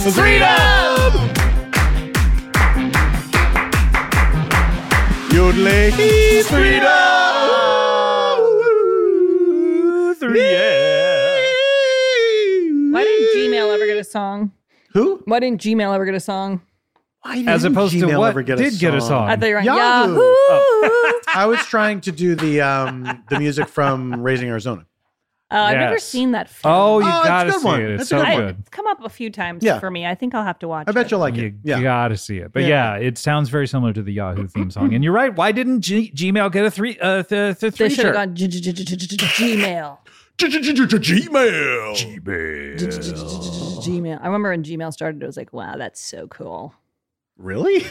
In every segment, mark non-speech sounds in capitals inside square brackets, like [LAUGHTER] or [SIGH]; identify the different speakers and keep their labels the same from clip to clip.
Speaker 1: for freedom! Yodeling is freedom! Three.
Speaker 2: Why didn't Gmail ever get a song?
Speaker 3: Who?
Speaker 2: Why didn't Gmail ever get a song?
Speaker 3: Why didn't
Speaker 1: As opposed
Speaker 3: Gmail
Speaker 1: to what
Speaker 3: ever get
Speaker 1: did
Speaker 3: a
Speaker 1: get a song.
Speaker 2: I thought you were on
Speaker 3: Yahoo!
Speaker 2: Yahoo. Uh,
Speaker 3: Oh. I was trying to do the um, the music from Raising Arizona.
Speaker 2: Oh, I've never
Speaker 1: Yes.
Speaker 2: seen that film.
Speaker 1: Oh, you
Speaker 3: Oh, it's a
Speaker 1: gotta
Speaker 3: good
Speaker 1: see
Speaker 3: one.
Speaker 1: it. It's
Speaker 3: It's a
Speaker 1: so
Speaker 3: good
Speaker 2: I-
Speaker 3: one.
Speaker 1: good.
Speaker 2: it's come up a few times
Speaker 3: Yeah.
Speaker 2: for me. I think I'll have to watch
Speaker 3: I bet
Speaker 2: it.
Speaker 3: you'll like it.
Speaker 1: you,
Speaker 3: Yeah.
Speaker 1: you gotta see it. But yeah.
Speaker 3: Yeah.
Speaker 1: it sounds very similar to the Yahoo theme song. And you're right. Why didn't G- Gmail get a three uh th- th-
Speaker 2: They
Speaker 1: three
Speaker 2: should have
Speaker 1: shirt?
Speaker 2: gone G- G- G- G- G- G- Gmail.
Speaker 3: Gmail.
Speaker 2: Gmail. I remember when Gmail started, it was like, wow, that's so cool.
Speaker 3: Really? [LAUGHS]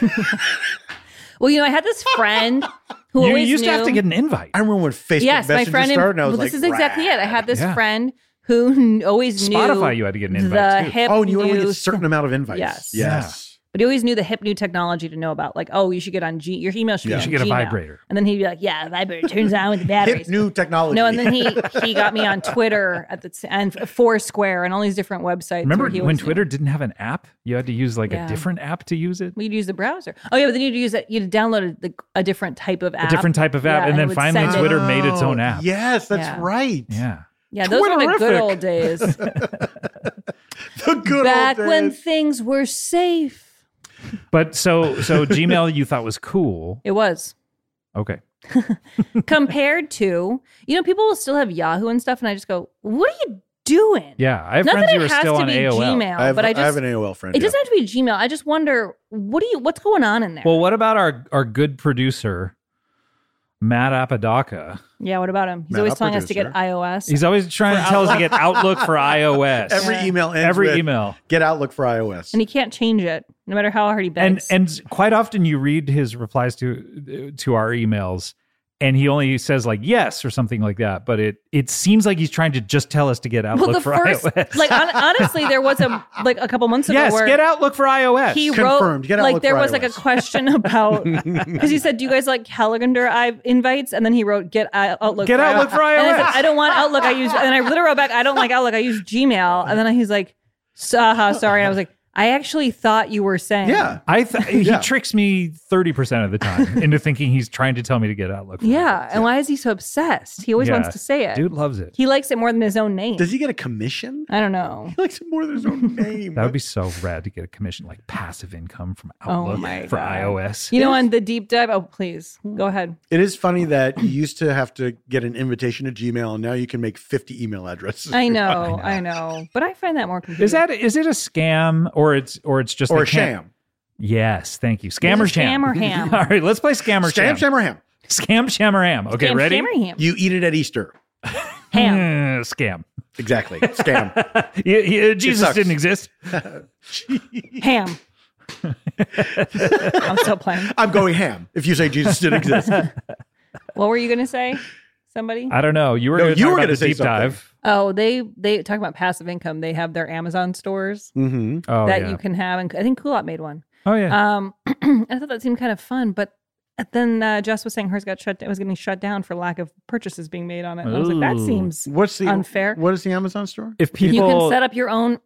Speaker 2: Well, you know, I had this friend who
Speaker 1: [LAUGHS] you
Speaker 2: always
Speaker 1: used to have to
Speaker 2: knew-
Speaker 1: get an invite.
Speaker 3: I remember when Facebook
Speaker 2: yes, my
Speaker 3: Messenger
Speaker 2: friend. in-
Speaker 3: started, and I
Speaker 2: well,
Speaker 3: was
Speaker 2: this
Speaker 3: like,
Speaker 2: is exactly it. I had this
Speaker 1: Yeah.
Speaker 2: friend who kn- always knew
Speaker 1: Spotify, you had to get an
Speaker 2: the
Speaker 1: invite too.
Speaker 2: hip.
Speaker 3: Oh, and you only
Speaker 2: new
Speaker 3: get a certain amount of invites.
Speaker 2: Yes.
Speaker 3: Yes.
Speaker 2: But he always knew the hip new technology to know about. Like, oh, you should get on G. Your email should be
Speaker 3: Yeah.
Speaker 1: You
Speaker 2: on
Speaker 1: should get a
Speaker 2: Gmail.
Speaker 1: vibrator.
Speaker 2: And then he'd be like, yeah, a vibrator turns on
Speaker 3: [LAUGHS]
Speaker 2: with the
Speaker 3: Hip
Speaker 2: batteries.
Speaker 3: new technology.
Speaker 2: no, and then
Speaker 3: [LAUGHS]
Speaker 2: he he got me on Twitter at the t- and Foursquare and all these different websites.
Speaker 1: Remember
Speaker 2: where he
Speaker 1: when
Speaker 2: always knew.
Speaker 1: Twitter didn't have an app? You had to use like
Speaker 2: Yeah.
Speaker 1: a different app to use it.
Speaker 2: We'd use the browser. Oh yeah, but then you'd use that. You'd download a, the, a different type of
Speaker 1: A
Speaker 2: app.
Speaker 1: different type of app,
Speaker 2: Yeah, and
Speaker 1: and
Speaker 2: it
Speaker 1: then
Speaker 2: would
Speaker 1: finally
Speaker 2: send it-
Speaker 1: Twitter made its own
Speaker 3: Oh,
Speaker 1: app.
Speaker 3: Yes, that's
Speaker 2: Yeah.
Speaker 3: right.
Speaker 1: Yeah.
Speaker 2: Yeah, those were the good
Speaker 3: Twitterific.
Speaker 2: old
Speaker 1: [LAUGHS]
Speaker 2: days.
Speaker 3: [LAUGHS] The good
Speaker 2: Back
Speaker 3: old
Speaker 2: when
Speaker 3: days.
Speaker 2: things were safe.
Speaker 1: But
Speaker 2: [LAUGHS]
Speaker 1: so so Gmail you thought was cool.
Speaker 2: It was
Speaker 1: Okay.
Speaker 2: compared to you know people will still have Yahoo and stuff, and I just go, what are you doing?
Speaker 1: Yeah. I have
Speaker 2: Not
Speaker 1: friends
Speaker 2: that it
Speaker 1: who are
Speaker 2: has
Speaker 1: still
Speaker 2: to
Speaker 1: on
Speaker 2: be
Speaker 1: AOL.
Speaker 2: Gmail,
Speaker 3: I have,
Speaker 2: but I
Speaker 3: I have
Speaker 2: just
Speaker 3: an AOL friend.
Speaker 2: it
Speaker 3: yeah.
Speaker 2: doesn't have to be Gmail. I just wonder what do you what's going on in there?
Speaker 1: Well, what about our our good producer, Matt Apodaca?
Speaker 2: yeah, what about him? He's
Speaker 3: Matt,
Speaker 2: always
Speaker 3: our
Speaker 2: telling us to get
Speaker 3: producer.
Speaker 2: iOS.
Speaker 1: He's always trying to tell us to get Outlook
Speaker 2: [LAUGHS]
Speaker 1: for iOS.
Speaker 3: Every email ends
Speaker 1: Every
Speaker 3: with,
Speaker 1: email.
Speaker 3: Get Outlook for iOS.
Speaker 2: and he can't change it, no matter how hard he
Speaker 1: And
Speaker 2: begs.
Speaker 1: and quite often you read his replies to to our emails and he only says like yes or something like that, but it it seems like he's trying to just tell us to get Outlook
Speaker 2: well, the
Speaker 1: for
Speaker 2: first,
Speaker 1: iOS.
Speaker 2: like
Speaker 1: [LAUGHS]
Speaker 2: hon- honestly, there was a like a couple months ago
Speaker 1: yes,
Speaker 2: where
Speaker 1: get Outlook for iOS.
Speaker 2: he
Speaker 3: Confirmed.
Speaker 2: wrote
Speaker 3: Get
Speaker 2: like
Speaker 3: Outlook
Speaker 2: there
Speaker 3: for
Speaker 2: was like a
Speaker 3: iOS.
Speaker 2: question
Speaker 1: [LAUGHS]
Speaker 2: about because he said, "Do you guys like calendar I invites?" And then he wrote, "Get I- Outlook,
Speaker 1: Get Outlook for
Speaker 2: And I
Speaker 1: iOS.
Speaker 2: said, "I don't want Outlook. I use." And I literally wrote back, "I don't like Outlook. I use Gmail." And then he's like, "S- "Uh-huh, sorry." And I was like, "I actually thought you were saying
Speaker 3: yeah.
Speaker 1: I th-
Speaker 3: Yeah.
Speaker 1: he tricks me thirty percent of
Speaker 2: [LAUGHS]
Speaker 1: the time into thinking he's trying to tell me to get Outlook. For
Speaker 2: yeah." And why is he so obsessed? He always
Speaker 1: Yeah.
Speaker 2: wants to say it.
Speaker 1: iOS. dude loves it.
Speaker 2: He likes it more than his own name.
Speaker 3: Does he get a commission?
Speaker 2: I don't know.
Speaker 3: He likes it more than his
Speaker 1: [LAUGHS]
Speaker 3: own name.
Speaker 1: That would be so rad to get a commission like passive income from
Speaker 2: Oh
Speaker 1: Outlook
Speaker 2: my
Speaker 1: for
Speaker 2: God.
Speaker 1: iOS.
Speaker 2: You know, on the deep dive. Oh, please go ahead.
Speaker 3: It is funny that you used to have to get an invitation to Gmail, and now you can make 50 email addresses.
Speaker 2: I know, I know, but I find that more confusing.
Speaker 1: Is that is it a scam or it's or it's just
Speaker 3: or
Speaker 1: they
Speaker 3: a
Speaker 1: can't-
Speaker 3: sham.
Speaker 1: Yes, thank you. Scam
Speaker 2: Is it
Speaker 1: or sham?
Speaker 2: scam
Speaker 1: [LAUGHS]
Speaker 2: or ham?
Speaker 1: All right, let's play scam or
Speaker 3: Sham,
Speaker 1: sham.
Speaker 3: sham, or ham.
Speaker 1: Scam, sham, or ham. Okay,
Speaker 2: Ham,
Speaker 1: ready?
Speaker 2: ham, or ham?
Speaker 3: You eat it at Easter.
Speaker 2: ham.
Speaker 1: Uh, scam.
Speaker 3: Exactly.
Speaker 1: [LAUGHS]
Speaker 3: Scam.
Speaker 1: Yeah, yeah, Jesus
Speaker 3: sucks.
Speaker 1: didn't exist. [LAUGHS]
Speaker 2: Ham. I'm still playing.
Speaker 3: I'm going ham if you say Jesus didn't
Speaker 1: [LAUGHS]
Speaker 3: exist.
Speaker 2: What were you gonna say? Somebody?
Speaker 1: I don't know. You were
Speaker 3: No,
Speaker 1: gonna
Speaker 3: you
Speaker 1: talk
Speaker 3: were
Speaker 1: about
Speaker 3: gonna
Speaker 1: the
Speaker 3: say
Speaker 1: deep
Speaker 3: something.
Speaker 1: dive.
Speaker 2: Oh, they they talk about passive income. They have their Amazon stores
Speaker 3: mm-hmm.
Speaker 1: Oh
Speaker 2: that
Speaker 1: yeah.
Speaker 2: you can have, and I think Coolot made one.
Speaker 1: oh [LAUGHS] yeah.
Speaker 2: Um, [CLEARS THROAT] I thought that seemed kind of fun, but then uh, Jess was saying hers got shut. It was getting shut down for lack of purchases being made on it. And I was like, that
Speaker 1: Ooh.
Speaker 2: seems.
Speaker 3: What's the
Speaker 2: Unfair.
Speaker 3: What is the Amazon store?
Speaker 1: if people
Speaker 2: you can set up your own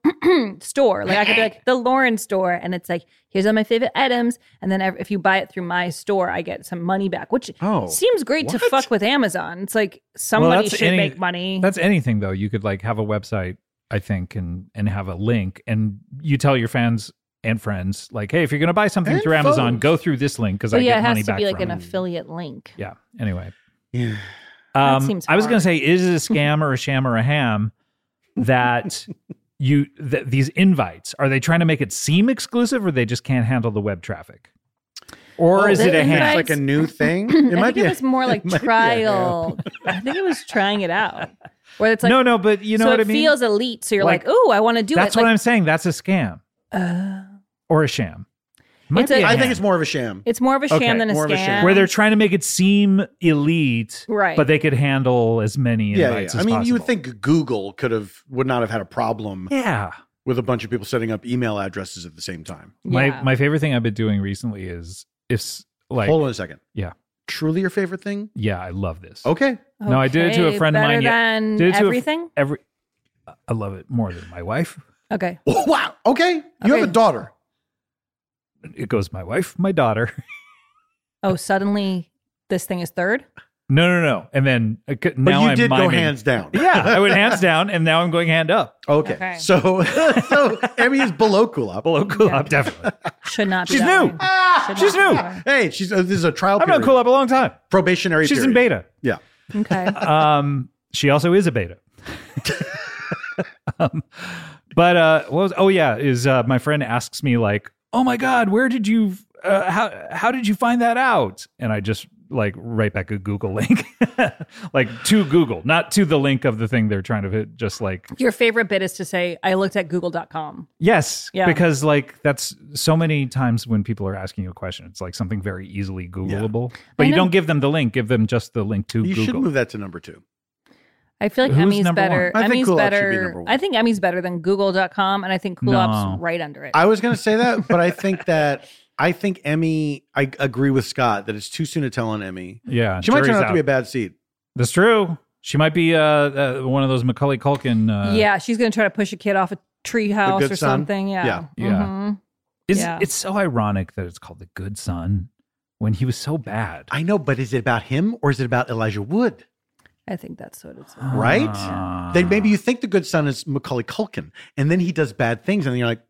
Speaker 2: [CLEARS THROAT] store. Like I could be like the Lauren store, and it's like here's all my favorite items, and then ev- if you buy it through my store, I get some money back, which
Speaker 3: Oh.
Speaker 2: seems great to
Speaker 3: What?
Speaker 2: fuck with Amazon. It's like somebody
Speaker 1: that's
Speaker 2: should
Speaker 1: any-
Speaker 2: make money.
Speaker 1: [LAUGHS] That's anything though. You could like have a website, I think, and and have a link, and you tell your fans and friends like, hey, if you're gonna buy something
Speaker 3: And
Speaker 1: through Amazon,
Speaker 3: foes.
Speaker 1: go through this link because I
Speaker 2: but yeah,
Speaker 1: get
Speaker 2: it
Speaker 1: money
Speaker 2: has to
Speaker 1: back
Speaker 2: be like
Speaker 1: from.
Speaker 2: an affiliate link.
Speaker 1: yeah. Anyway,
Speaker 3: Yeah.
Speaker 2: That
Speaker 1: um,
Speaker 2: seems
Speaker 1: I was gonna
Speaker 2: hard.
Speaker 1: say, is it a scam or a sham or a ham
Speaker 2: [LAUGHS]
Speaker 1: that you that these invites are they trying to make it seem exclusive or they just can't handle the web traffic, or
Speaker 3: Well,
Speaker 1: is it
Speaker 2: the
Speaker 1: a ham?
Speaker 2: invite-
Speaker 3: It's like
Speaker 2: [LAUGHS]
Speaker 3: a new thing.
Speaker 2: I
Speaker 3: It
Speaker 2: think
Speaker 3: might be.
Speaker 2: it
Speaker 3: a-
Speaker 2: was more like
Speaker 3: it might be a
Speaker 2: trial. I think it was trying it out, where it's like
Speaker 1: no, no, but you know
Speaker 2: so
Speaker 1: what
Speaker 2: it
Speaker 1: I mean.
Speaker 2: feels elite. So you're like,
Speaker 1: Like,
Speaker 2: ooh, I want to do
Speaker 1: That's
Speaker 2: it.
Speaker 1: what
Speaker 2: Like,
Speaker 1: I'm saying. That's a scam
Speaker 2: uh,
Speaker 1: or a sham. Might
Speaker 2: It's a-
Speaker 1: be a
Speaker 3: I think
Speaker 1: ham.
Speaker 3: it's more of a sham.
Speaker 2: it's more of a sham
Speaker 1: Okay,
Speaker 2: than a
Speaker 3: more
Speaker 2: scam.
Speaker 3: of a sham.
Speaker 1: where they're trying to make it seem elite,
Speaker 2: Right.
Speaker 1: But they could handle as many
Speaker 3: Yeah, yeah, yeah.
Speaker 1: invites
Speaker 3: I
Speaker 1: as
Speaker 3: mean, you would
Speaker 1: possible.
Speaker 3: think Google could have would not have had a problem
Speaker 1: yeah.
Speaker 3: with a bunch of people setting up email addresses at the same time.
Speaker 2: Yeah.
Speaker 1: My my favorite thing I've been doing recently is if s- like
Speaker 3: Hold on a second.
Speaker 1: Yeah.
Speaker 3: Truly your favorite thing?
Speaker 1: yeah, I love this.
Speaker 3: Okay. [LAUGHS]
Speaker 1: No, I did it to a
Speaker 2: Okay,
Speaker 1: friend of
Speaker 2: better
Speaker 1: mine, yeah.
Speaker 2: Than
Speaker 1: Did it to a fr-
Speaker 2: everything.
Speaker 1: Every I love it more than my wife.
Speaker 2: Okay.
Speaker 3: Wow. Okay. You
Speaker 2: Okay.
Speaker 3: have a daughter.
Speaker 1: It goes my wife, my daughter. [LAUGHS]
Speaker 2: Oh, suddenly this thing is third.
Speaker 1: No, no, no. And then uh, c-
Speaker 3: But
Speaker 1: now
Speaker 3: you
Speaker 1: I'm
Speaker 3: did
Speaker 1: miming.
Speaker 3: go hands down.
Speaker 1: [LAUGHS] Yeah, I went hands down, and now I'm going
Speaker 3: [LAUGHS]
Speaker 1: hand up.
Speaker 3: Okay.
Speaker 2: Okay.
Speaker 3: So so Emmy is below Kulop.
Speaker 1: Below cool
Speaker 2: Yeah.
Speaker 1: up, definitely.
Speaker 2: Should not. Be
Speaker 1: She's
Speaker 2: that
Speaker 1: new.
Speaker 2: way.
Speaker 3: Ah!
Speaker 2: Should
Speaker 1: She's
Speaker 2: not be
Speaker 1: new.
Speaker 2: that
Speaker 3: Hey, she's uh, this is a trial
Speaker 1: [LAUGHS] I've
Speaker 3: period.
Speaker 1: known cool up a long time.
Speaker 3: Probationary
Speaker 1: She's
Speaker 3: period.
Speaker 1: in beta.
Speaker 3: Yeah.
Speaker 2: way.
Speaker 1: [LAUGHS]
Speaker 2: Okay.
Speaker 1: Um, she also is a beta. [LAUGHS] um, but uh, what was? Oh yeah, is uh, my friend asks me like, "Oh my god, where did you? Uh, how how did you find that out?" And I just like right back a Google link, [LAUGHS] like to Google, not to the link of the thing they're trying to hit. Just like
Speaker 2: Your favorite bit is to say, I looked at google.com.
Speaker 1: Yes,
Speaker 2: Yeah.
Speaker 1: because like that's so many times when people are asking you a question, it's like something very easily Googleable, but
Speaker 2: I
Speaker 1: you
Speaker 2: know.
Speaker 1: don't give them the link. Give them just the link to
Speaker 3: You should
Speaker 1: Google.
Speaker 3: move that to number two.
Speaker 2: I feel like
Speaker 1: Who's
Speaker 2: Emmy's
Speaker 1: number
Speaker 2: better.
Speaker 3: one? I think
Speaker 2: Emmy's
Speaker 3: Cool Ops should be number
Speaker 2: better.
Speaker 3: one.
Speaker 2: I think Emmy's better than google.com. And I think Cool Ops
Speaker 1: No.
Speaker 2: right under it.
Speaker 3: I was going to say that, but I think that I think Emmy. I agree with Scott that it's too soon to tell on Emmy.
Speaker 1: Yeah,
Speaker 3: She might turn
Speaker 1: Uh, jury's
Speaker 3: out to be a
Speaker 1: out.
Speaker 3: bad seed.
Speaker 1: That's true. She might be uh, uh, one of those Macaulay Culkin. Uh,
Speaker 2: yeah. She's going to try to push a kid off a treehouse
Speaker 3: Good
Speaker 2: or
Speaker 3: Son?
Speaker 2: something. Yeah.
Speaker 3: Yeah.
Speaker 1: Yeah.
Speaker 2: Mhm.
Speaker 1: it's
Speaker 2: Yeah.
Speaker 1: it's so ironic that it's called the Good Son when he was so bad.
Speaker 3: I know, but is it about him or is it about Elijah Wood?
Speaker 2: I think that's what it's.
Speaker 3: Right?
Speaker 1: Ah.
Speaker 3: Then maybe you think the good son is Macaulay Culkin, and then he does bad things, and then you're like,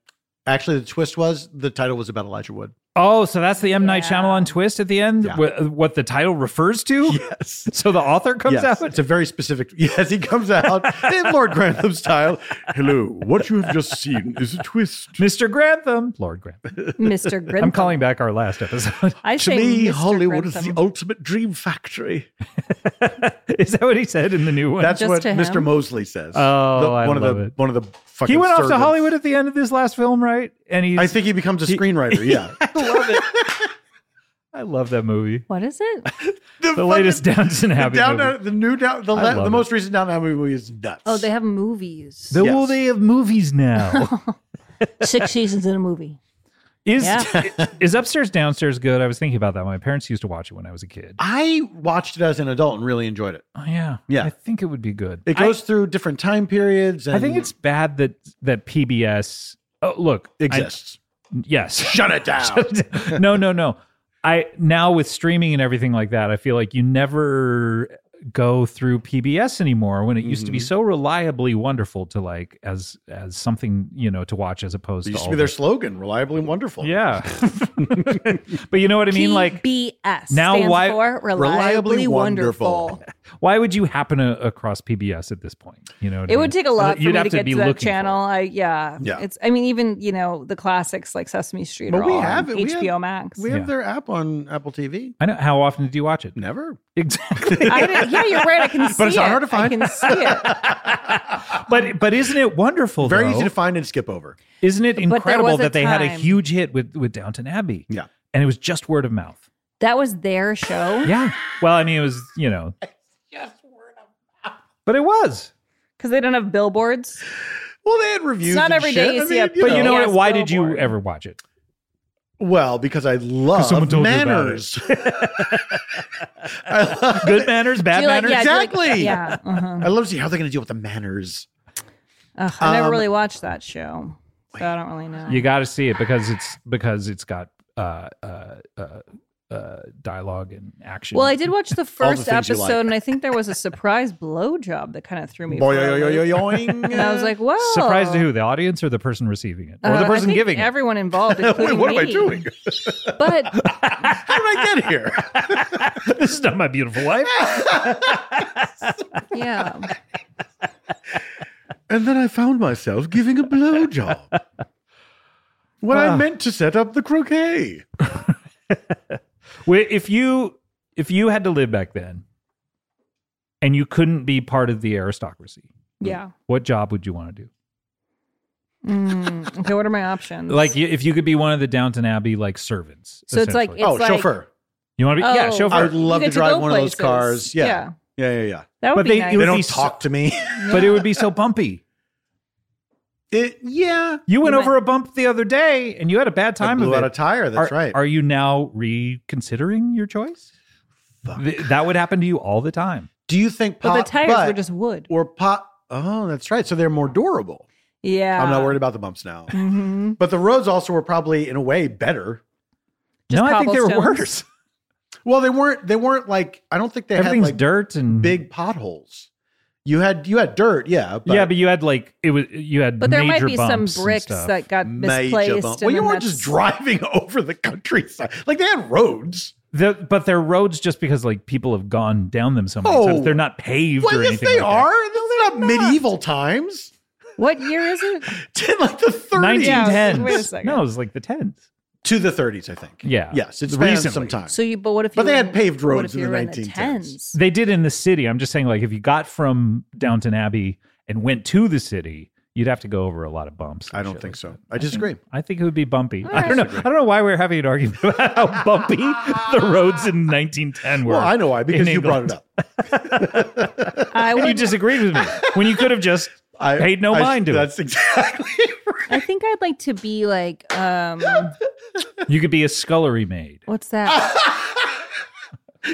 Speaker 3: actually, the twist was the title was about Elijah Wood.
Speaker 1: Oh, so that's the M Night
Speaker 2: Yeah.
Speaker 1: Shyamalan twist at the end.
Speaker 3: Yeah.
Speaker 1: wh- what the title refers to.
Speaker 3: Yes.
Speaker 1: [LAUGHS] So the author comes
Speaker 3: yes,
Speaker 1: out.
Speaker 3: It's a very specific. [LAUGHS] Yes, he comes out in Lord Grantham style. Hello, what you have just seen is a twist.
Speaker 1: Mr. Grantham, Lord Grantham.
Speaker 2: Mr. Grintham.
Speaker 3: [LAUGHS]
Speaker 1: I'm calling back our last episode.
Speaker 2: I
Speaker 3: To
Speaker 2: say
Speaker 3: me,
Speaker 2: Mr.
Speaker 3: Hollywood is
Speaker 2: Grintham.
Speaker 3: the ultimate dream factory.
Speaker 1: [LAUGHS] Is that what he said in the new one?
Speaker 3: That's
Speaker 2: Just
Speaker 3: what
Speaker 2: to him?
Speaker 3: Mr. Mosley says.
Speaker 1: Oh,
Speaker 3: The-
Speaker 1: I
Speaker 3: one of
Speaker 1: love
Speaker 3: the
Speaker 1: it.
Speaker 3: one of the fucking.
Speaker 1: he went off to
Speaker 3: servants.
Speaker 1: Hollywood at the end of this last film, right? And he's,
Speaker 3: I think he becomes a screenwriter. [LAUGHS] Yeah,
Speaker 1: I love that movie.
Speaker 2: What is
Speaker 3: [LAUGHS]
Speaker 2: it?
Speaker 1: The latest Downton Abbey
Speaker 3: down
Speaker 1: movie.
Speaker 3: the new down the, la-
Speaker 1: I love
Speaker 3: the
Speaker 1: it.
Speaker 3: most recent down Abbey movie is nuts.
Speaker 2: Oh, they have movies.
Speaker 1: The
Speaker 3: Yes.
Speaker 1: will they have movies now?
Speaker 2: [LAUGHS] Six seasons in a movie.
Speaker 1: is
Speaker 2: Yeah.
Speaker 1: [LAUGHS] is upstairs downstairs good? I was thinking about that. My parents used to watch it when I was a kid.
Speaker 3: I watched it as an adult and really enjoyed it.
Speaker 1: Oh yeah,
Speaker 3: Ah, Yeah.
Speaker 1: I think it would be good.
Speaker 3: It goes through different time periods. And
Speaker 1: I, I think it's bad that that PBS. Oh look, I-
Speaker 3: exists.
Speaker 1: yes,
Speaker 3: [LAUGHS]
Speaker 1: [LAUGHS]
Speaker 3: Shut it down.
Speaker 1: no, no, no. I now with streaming and everything like that, I feel like you never go through PBS anymore when it used to be
Speaker 3: Mhm.
Speaker 1: so reliably wonderful to like as as something, you know, to watch as opposed
Speaker 3: It
Speaker 1: to
Speaker 3: used to
Speaker 1: all
Speaker 3: be their
Speaker 1: the-
Speaker 3: slogan, reliably wonderful.
Speaker 1: Yeah.
Speaker 3: [LAUGHS]
Speaker 1: [LAUGHS] but you know what I mean? Like
Speaker 2: BS.
Speaker 1: now
Speaker 2: stands
Speaker 1: why-
Speaker 2: for reliably,
Speaker 3: Reliably
Speaker 2: wonderful.
Speaker 3: wonderful.
Speaker 1: why would you happen a, across PBS at this point? You know what I
Speaker 2: It would
Speaker 1: mean?
Speaker 2: take a lot for
Speaker 1: You'd
Speaker 2: me
Speaker 1: have
Speaker 2: to get
Speaker 1: be
Speaker 2: to that
Speaker 1: looking for it.
Speaker 2: channel. I yeah.
Speaker 3: Yeah.
Speaker 2: It's I mean even, you know, the classics like Sesame Street
Speaker 3: But
Speaker 2: are
Speaker 3: we
Speaker 2: all on
Speaker 3: have it. We
Speaker 2: HBO Max.
Speaker 3: We have
Speaker 1: Yeah.
Speaker 3: their app on Apple TV.
Speaker 1: I know how often do you watch it? [LAUGHS]
Speaker 3: Never.
Speaker 2: [LAUGHS]
Speaker 1: Exactly.
Speaker 2: I didn't- yeah, you're right. I can see
Speaker 3: [LAUGHS] But it's
Speaker 2: it.
Speaker 3: not hard to find.
Speaker 2: I can see
Speaker 3: [LAUGHS]
Speaker 2: it.
Speaker 1: but but isn't it wonderful
Speaker 3: Very
Speaker 1: though?
Speaker 3: easy to find and skip over.
Speaker 1: Isn't it
Speaker 2: there
Speaker 1: incredible
Speaker 2: was a
Speaker 1: that they had a
Speaker 2: time-
Speaker 1: huge hit with with Downton Abbey?
Speaker 3: Yeah.
Speaker 1: and it was just word of mouth.
Speaker 2: That was their show.
Speaker 1: Yeah. Well, I mean, it was you [LAUGHS] know. just word of mouth. But it was.
Speaker 2: Because they don't have billboards.
Speaker 3: Well, they had reviews.
Speaker 2: not
Speaker 3: and
Speaker 2: every
Speaker 3: shit.
Speaker 2: day you
Speaker 3: I
Speaker 2: see a-
Speaker 3: mean,
Speaker 1: But you
Speaker 2: Yeah.
Speaker 1: know
Speaker 2: Yes,
Speaker 1: what? Why did you
Speaker 2: Billboard.
Speaker 1: ever watch it?
Speaker 3: Well, because I love
Speaker 1: someone told you about
Speaker 3: manners. [LAUGHS] I, love,
Speaker 1: Good manners,
Speaker 2: Do
Speaker 1: bad
Speaker 2: you like-
Speaker 1: manners.
Speaker 2: yeah, do you like-
Speaker 3: Exactly.
Speaker 2: yeah. uh-huh.
Speaker 3: I love to see how they're going to deal with the manners.
Speaker 2: Ugh, I never
Speaker 3: Um,
Speaker 2: really watched that show. So I don't really know.
Speaker 1: You got to see it because it's because it's got uh, uh, uh, uh, dialogue and action.
Speaker 2: well, I did
Speaker 3: [LAUGHS]
Speaker 2: watch the first
Speaker 3: things you
Speaker 2: episode,
Speaker 3: like.
Speaker 2: and I think there was a surprise blowjob that kind of threw me. for a loop.
Speaker 3: Boing.
Speaker 2: And I was
Speaker 3: [LAUGHS]
Speaker 2: like, "Well,
Speaker 1: Surprised to who? The audience or the person receiving it, or
Speaker 2: Oh. Uh,
Speaker 1: the
Speaker 2: I
Speaker 1: person
Speaker 2: think
Speaker 1: giving it?
Speaker 2: everyone
Speaker 3: [LAUGHS]
Speaker 2: involved, including
Speaker 3: what am I
Speaker 2: me.
Speaker 3: doing?
Speaker 2: [LAUGHS] But
Speaker 3: How did I get here?
Speaker 1: [LAUGHS] this is not my beautiful wife.
Speaker 3: [LAUGHS]
Speaker 2: yeah,
Speaker 3: And then I found myself giving a blowjob when I
Speaker 1: Ah.
Speaker 3: meant to set up the croquet.
Speaker 1: Wait, if you if you had to live back then, and you couldn't be part of the aristocracy,
Speaker 2: yeah.
Speaker 1: what job would you want to do?
Speaker 2: Mm, okay, what are my options?
Speaker 1: Like you- if you could be one of the Downton Abbey like servants.
Speaker 2: So it's like-
Speaker 1: essentially.
Speaker 2: It's
Speaker 3: oh, chauffeur.
Speaker 1: you want to be yeah
Speaker 2: Oh.
Speaker 1: chauffeur.
Speaker 3: I would love
Speaker 2: You
Speaker 3: to
Speaker 2: get
Speaker 3: drive
Speaker 2: go
Speaker 3: one of those
Speaker 2: places.
Speaker 3: cars. Yeah. Yeah, yeah, yeah.
Speaker 2: that would
Speaker 1: But
Speaker 2: be
Speaker 1: they-
Speaker 2: nice.
Speaker 1: It
Speaker 3: They
Speaker 1: would
Speaker 3: don't
Speaker 1: be so-
Speaker 3: talk to me.
Speaker 1: but it would be so bumpy.
Speaker 3: It, yeah.
Speaker 1: You went
Speaker 2: You
Speaker 1: over a bump the other day and you had a bad
Speaker 3: I
Speaker 1: time of
Speaker 3: blew
Speaker 1: it.
Speaker 3: out a tire. That's
Speaker 1: are,
Speaker 3: right.
Speaker 1: Are you now reconsidering your choice?
Speaker 3: Fuck.
Speaker 1: Th- that would happen to you all the time.
Speaker 3: Do you think
Speaker 2: but
Speaker 3: pop,
Speaker 2: the tires
Speaker 3: but-
Speaker 2: were just wood.
Speaker 3: or pop? Oh, that's right. So they're more durable.
Speaker 2: Yeah.
Speaker 3: I'm not worried about the bumps now.
Speaker 2: hmm
Speaker 3: But the roads also were probably in a way better.
Speaker 2: Just
Speaker 1: no, I think they were
Speaker 2: cobblestones.
Speaker 1: worse.
Speaker 3: Well, they weren't. They weren't like I don't think they had
Speaker 1: Everything's
Speaker 3: like
Speaker 1: dirt and
Speaker 3: big potholes. You had you had dirt, yeah.
Speaker 1: yeah, but you had like it was you had
Speaker 2: But there might
Speaker 1: major
Speaker 2: be some
Speaker 1: bumps and
Speaker 2: bricks
Speaker 1: stuff.
Speaker 2: that got
Speaker 3: major
Speaker 2: misplaced.
Speaker 3: bump-
Speaker 2: and
Speaker 3: Well, you
Speaker 2: then
Speaker 3: weren't just
Speaker 2: that's-
Speaker 3: driving [LAUGHS] over the countryside. Like they had roads.
Speaker 1: The, but they're roads just because like people have gone down them so many
Speaker 3: Oh.
Speaker 1: times. They're not paved
Speaker 3: Well,
Speaker 1: or
Speaker 3: yes,
Speaker 1: anything.
Speaker 3: they
Speaker 1: like
Speaker 3: are. That's not medieval times. [LAUGHS]
Speaker 2: What year is it?
Speaker 3: To like the
Speaker 1: That.
Speaker 3: 30s.
Speaker 2: Yeah, I was
Speaker 1: 1910s.
Speaker 2: like, wait a second.
Speaker 1: No, it was like the 10s.
Speaker 3: To the 30s, I think.
Speaker 1: Yeah.
Speaker 3: Yes, it's
Speaker 1: Recently.
Speaker 3: recent sometime.
Speaker 2: So you, but what if?
Speaker 3: But
Speaker 2: you
Speaker 3: they
Speaker 2: were
Speaker 3: had
Speaker 2: in-
Speaker 3: paved
Speaker 2: what
Speaker 3: roads
Speaker 2: if
Speaker 3: in
Speaker 2: you
Speaker 3: the
Speaker 2: were
Speaker 3: 1910s?
Speaker 2: the 10s?
Speaker 1: They did in the city. I'm just saying, like, if you got from Downton Abbey and went to the city, you'd have to go over a lot of bumps. and
Speaker 3: I don't
Speaker 1: shit
Speaker 3: think
Speaker 1: like
Speaker 3: so.
Speaker 1: that.
Speaker 3: I disagree.
Speaker 1: I think it would be bumpy.
Speaker 2: All
Speaker 1: I don't know. I don't know why we're having an argument about how
Speaker 3: [LAUGHS]
Speaker 1: bumpy the roads in 1910 were.
Speaker 3: Well, I know why because
Speaker 1: in
Speaker 3: you brought it
Speaker 1: England.
Speaker 3: up. [LAUGHS]
Speaker 2: I
Speaker 1: And you
Speaker 2: would.
Speaker 1: disagreed with me when you could have just
Speaker 3: I
Speaker 1: paid no
Speaker 3: I-
Speaker 1: mind to it.
Speaker 3: That's exactly [LAUGHS] right.
Speaker 2: I think I'd like to be like,
Speaker 3: [LAUGHS]
Speaker 2: um,
Speaker 1: You could be a scullery maid.
Speaker 2: what's that?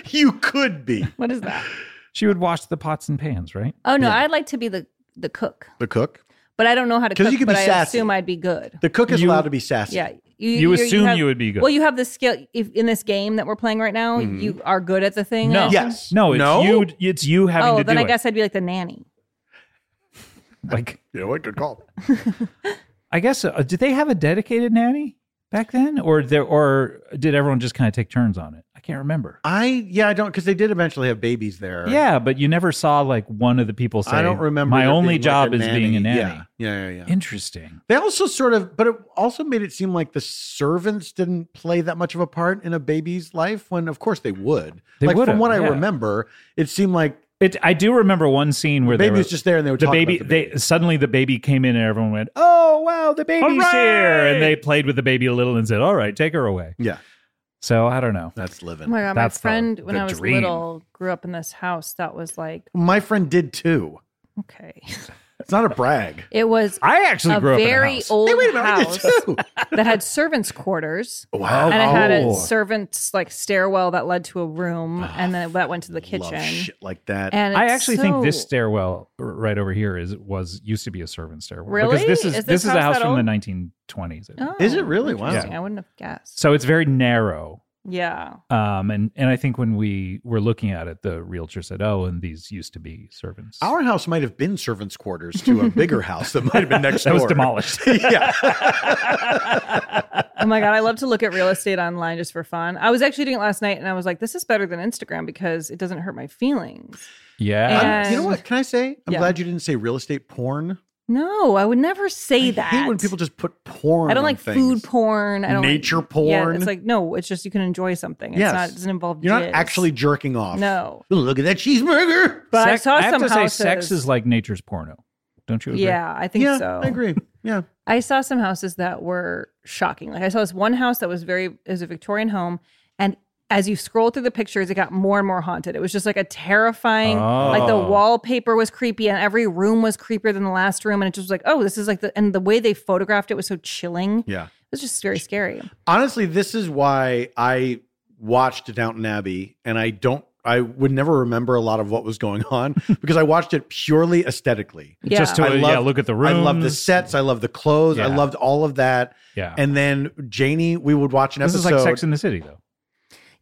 Speaker 3: You could be
Speaker 2: What is that?
Speaker 1: She would wash the pots and pans, right?
Speaker 2: Oh no,
Speaker 3: Yeah.
Speaker 2: I'd like to be the the cook,
Speaker 3: the cook.
Speaker 2: but I don't know how to
Speaker 3: 'Cause
Speaker 2: cook.
Speaker 3: you could
Speaker 2: but
Speaker 3: be
Speaker 2: I
Speaker 3: sassy.
Speaker 2: assume I'd be good.
Speaker 3: The cook is
Speaker 1: You-
Speaker 3: allowed to be sassy.
Speaker 2: Yeah,
Speaker 1: You assume
Speaker 2: have-
Speaker 1: you would be good.
Speaker 2: Well, you have the skill if, in this game that we're playing right now.
Speaker 3: Mm-hmm.
Speaker 2: You are good at the thing.
Speaker 1: No.
Speaker 2: I assume?
Speaker 3: Yes.
Speaker 1: No, it's
Speaker 3: No?
Speaker 1: you. It's you having
Speaker 2: Oh,
Speaker 1: to
Speaker 2: then
Speaker 1: do
Speaker 2: I
Speaker 1: it.
Speaker 2: guess I'd be like the nanny.
Speaker 1: Like,
Speaker 3: You know what? Good call.
Speaker 1: I guess uh, did they have a dedicated nanny back then, or there, or did everyone just kind of take turns on it? I can't remember.
Speaker 3: I yeah, I don't because they did eventually have babies there.
Speaker 1: Yeah, but you never saw like one of the people say,
Speaker 3: I don't remember.
Speaker 1: My
Speaker 3: there
Speaker 1: only
Speaker 3: being, like,
Speaker 1: job
Speaker 3: a
Speaker 1: is being a nanny."
Speaker 3: Yeah, yeah, yeah. yeah.
Speaker 1: Interesting.
Speaker 3: They also sort of, but it also made it seem like the servants didn't play that much of a part in a baby's life. When of course they would.
Speaker 1: They
Speaker 3: like
Speaker 1: would've,
Speaker 3: from what I
Speaker 1: yeah.
Speaker 3: remember, it seemed like
Speaker 1: It. I do remember one scene where
Speaker 3: the baby
Speaker 1: they were,
Speaker 3: was just there and they were
Speaker 1: the
Speaker 3: talking
Speaker 1: baby,
Speaker 3: about the baby.
Speaker 1: They suddenly the baby came in and everyone went, "Oh wow, the baby's
Speaker 3: Hooray!"
Speaker 1: here!" And they played with the baby a little and said, "All right, take her away."
Speaker 3: yeah,
Speaker 1: So I don't know.
Speaker 3: that's
Speaker 2: Oh
Speaker 3: living.
Speaker 2: my
Speaker 3: My,
Speaker 2: god,
Speaker 1: That's
Speaker 2: my
Speaker 1: the-
Speaker 2: friend when
Speaker 1: the
Speaker 2: I was
Speaker 1: dream.
Speaker 2: little grew up in this house that was like
Speaker 3: friend did too.
Speaker 2: okay.
Speaker 3: It's not a brag.
Speaker 2: It was
Speaker 1: I actually
Speaker 2: a
Speaker 1: grew up in a
Speaker 2: very
Speaker 1: house.
Speaker 2: old
Speaker 3: Hey, wait a minute, I
Speaker 2: house
Speaker 3: did too.
Speaker 2: that had servants' quarters.
Speaker 3: [LAUGHS] Wow.
Speaker 2: And it had
Speaker 1: Oh.
Speaker 2: a servants like stairwell that led to a room, and then that went to the kitchen.
Speaker 3: Ah, Love shit like that.
Speaker 2: And
Speaker 1: I
Speaker 2: it's
Speaker 1: actually think this
Speaker 2: so-
Speaker 1: stairwell r- right over here is was used to be a servant stairwell.
Speaker 2: Really?
Speaker 1: Because this is,
Speaker 2: Is
Speaker 1: this
Speaker 2: this
Speaker 1: is a
Speaker 2: house
Speaker 1: house
Speaker 2: that
Speaker 1: from
Speaker 2: old?
Speaker 1: the 1920s. I think.
Speaker 2: Oh,
Speaker 3: Is it really? Wow.
Speaker 2: interesting. I wouldn't have guessed.
Speaker 1: So it's very narrow.
Speaker 2: Yeah.
Speaker 1: Um, and and I think when we were looking at it, the realtor said, "Oh, and these used to be servants."
Speaker 3: Our house might have been servants' quarters to a
Speaker 2: [LAUGHS]
Speaker 3: bigger house that might have been next
Speaker 1: that
Speaker 3: door.
Speaker 1: was demolished.
Speaker 3: [LAUGHS] yeah.
Speaker 2: Oh my god, I love to look at real estate online just for fun. I was actually doing it last night, and I was like, "This is better than Instagram because it doesn't hurt my feelings."
Speaker 1: yeah,
Speaker 2: And-
Speaker 3: I'm- Um, you know what? Can I say? I'm
Speaker 2: Yeah.
Speaker 3: glad you didn't say real estate porn.
Speaker 2: No, I would never say
Speaker 3: I
Speaker 2: that.
Speaker 3: hate when people just put porn.
Speaker 2: I don't
Speaker 3: on
Speaker 2: like
Speaker 3: things.
Speaker 2: food porn. I don't like-
Speaker 3: Nature
Speaker 2: Yeah,
Speaker 3: porn.
Speaker 2: it's like no, it's just you can enjoy something. It's
Speaker 3: Yes.
Speaker 2: not. It doesn't involve.
Speaker 3: You're not
Speaker 2: jizz.
Speaker 3: actually jerking off.
Speaker 2: No,
Speaker 3: Ooh, Look at that cheeseburger.
Speaker 2: but
Speaker 1: Sex-
Speaker 2: I saw
Speaker 1: have
Speaker 2: some
Speaker 1: to say,
Speaker 2: houses.
Speaker 1: sex is like nature's porno. Don't you agree?
Speaker 2: yeah, I think
Speaker 3: yeah,
Speaker 2: so.
Speaker 3: I agree.
Speaker 1: [LAUGHS]
Speaker 3: Yeah.
Speaker 2: I saw some houses that were shocking. Like I saw this one house that was very is a Victorian home, and as you scroll through the pictures, it got more and more haunted. It was just like a terrifying. Like the
Speaker 1: Oh.
Speaker 2: wallpaper was creepy, and every room was creepier than the last room, and it just was like, oh, this is like the and the way they photographed it was so chilling. It
Speaker 3: Yeah.
Speaker 2: was just very scary.
Speaker 3: Honestly, this is why I watched Downton Abbey and I don't I would never remember a lot of what was going
Speaker 1: [LAUGHS]
Speaker 3: on because I watched it purely aesthetically.
Speaker 2: Yeah,
Speaker 1: Just to
Speaker 3: I
Speaker 1: yeah,
Speaker 3: love-
Speaker 1: look at the room.
Speaker 3: I loved the sets, I loved the clothes, I
Speaker 1: Yeah.
Speaker 3: loved all of that.
Speaker 1: Yeah,
Speaker 3: And then Janie, we would watch an
Speaker 1: this is
Speaker 3: episode.
Speaker 1: like Sex in the City, though.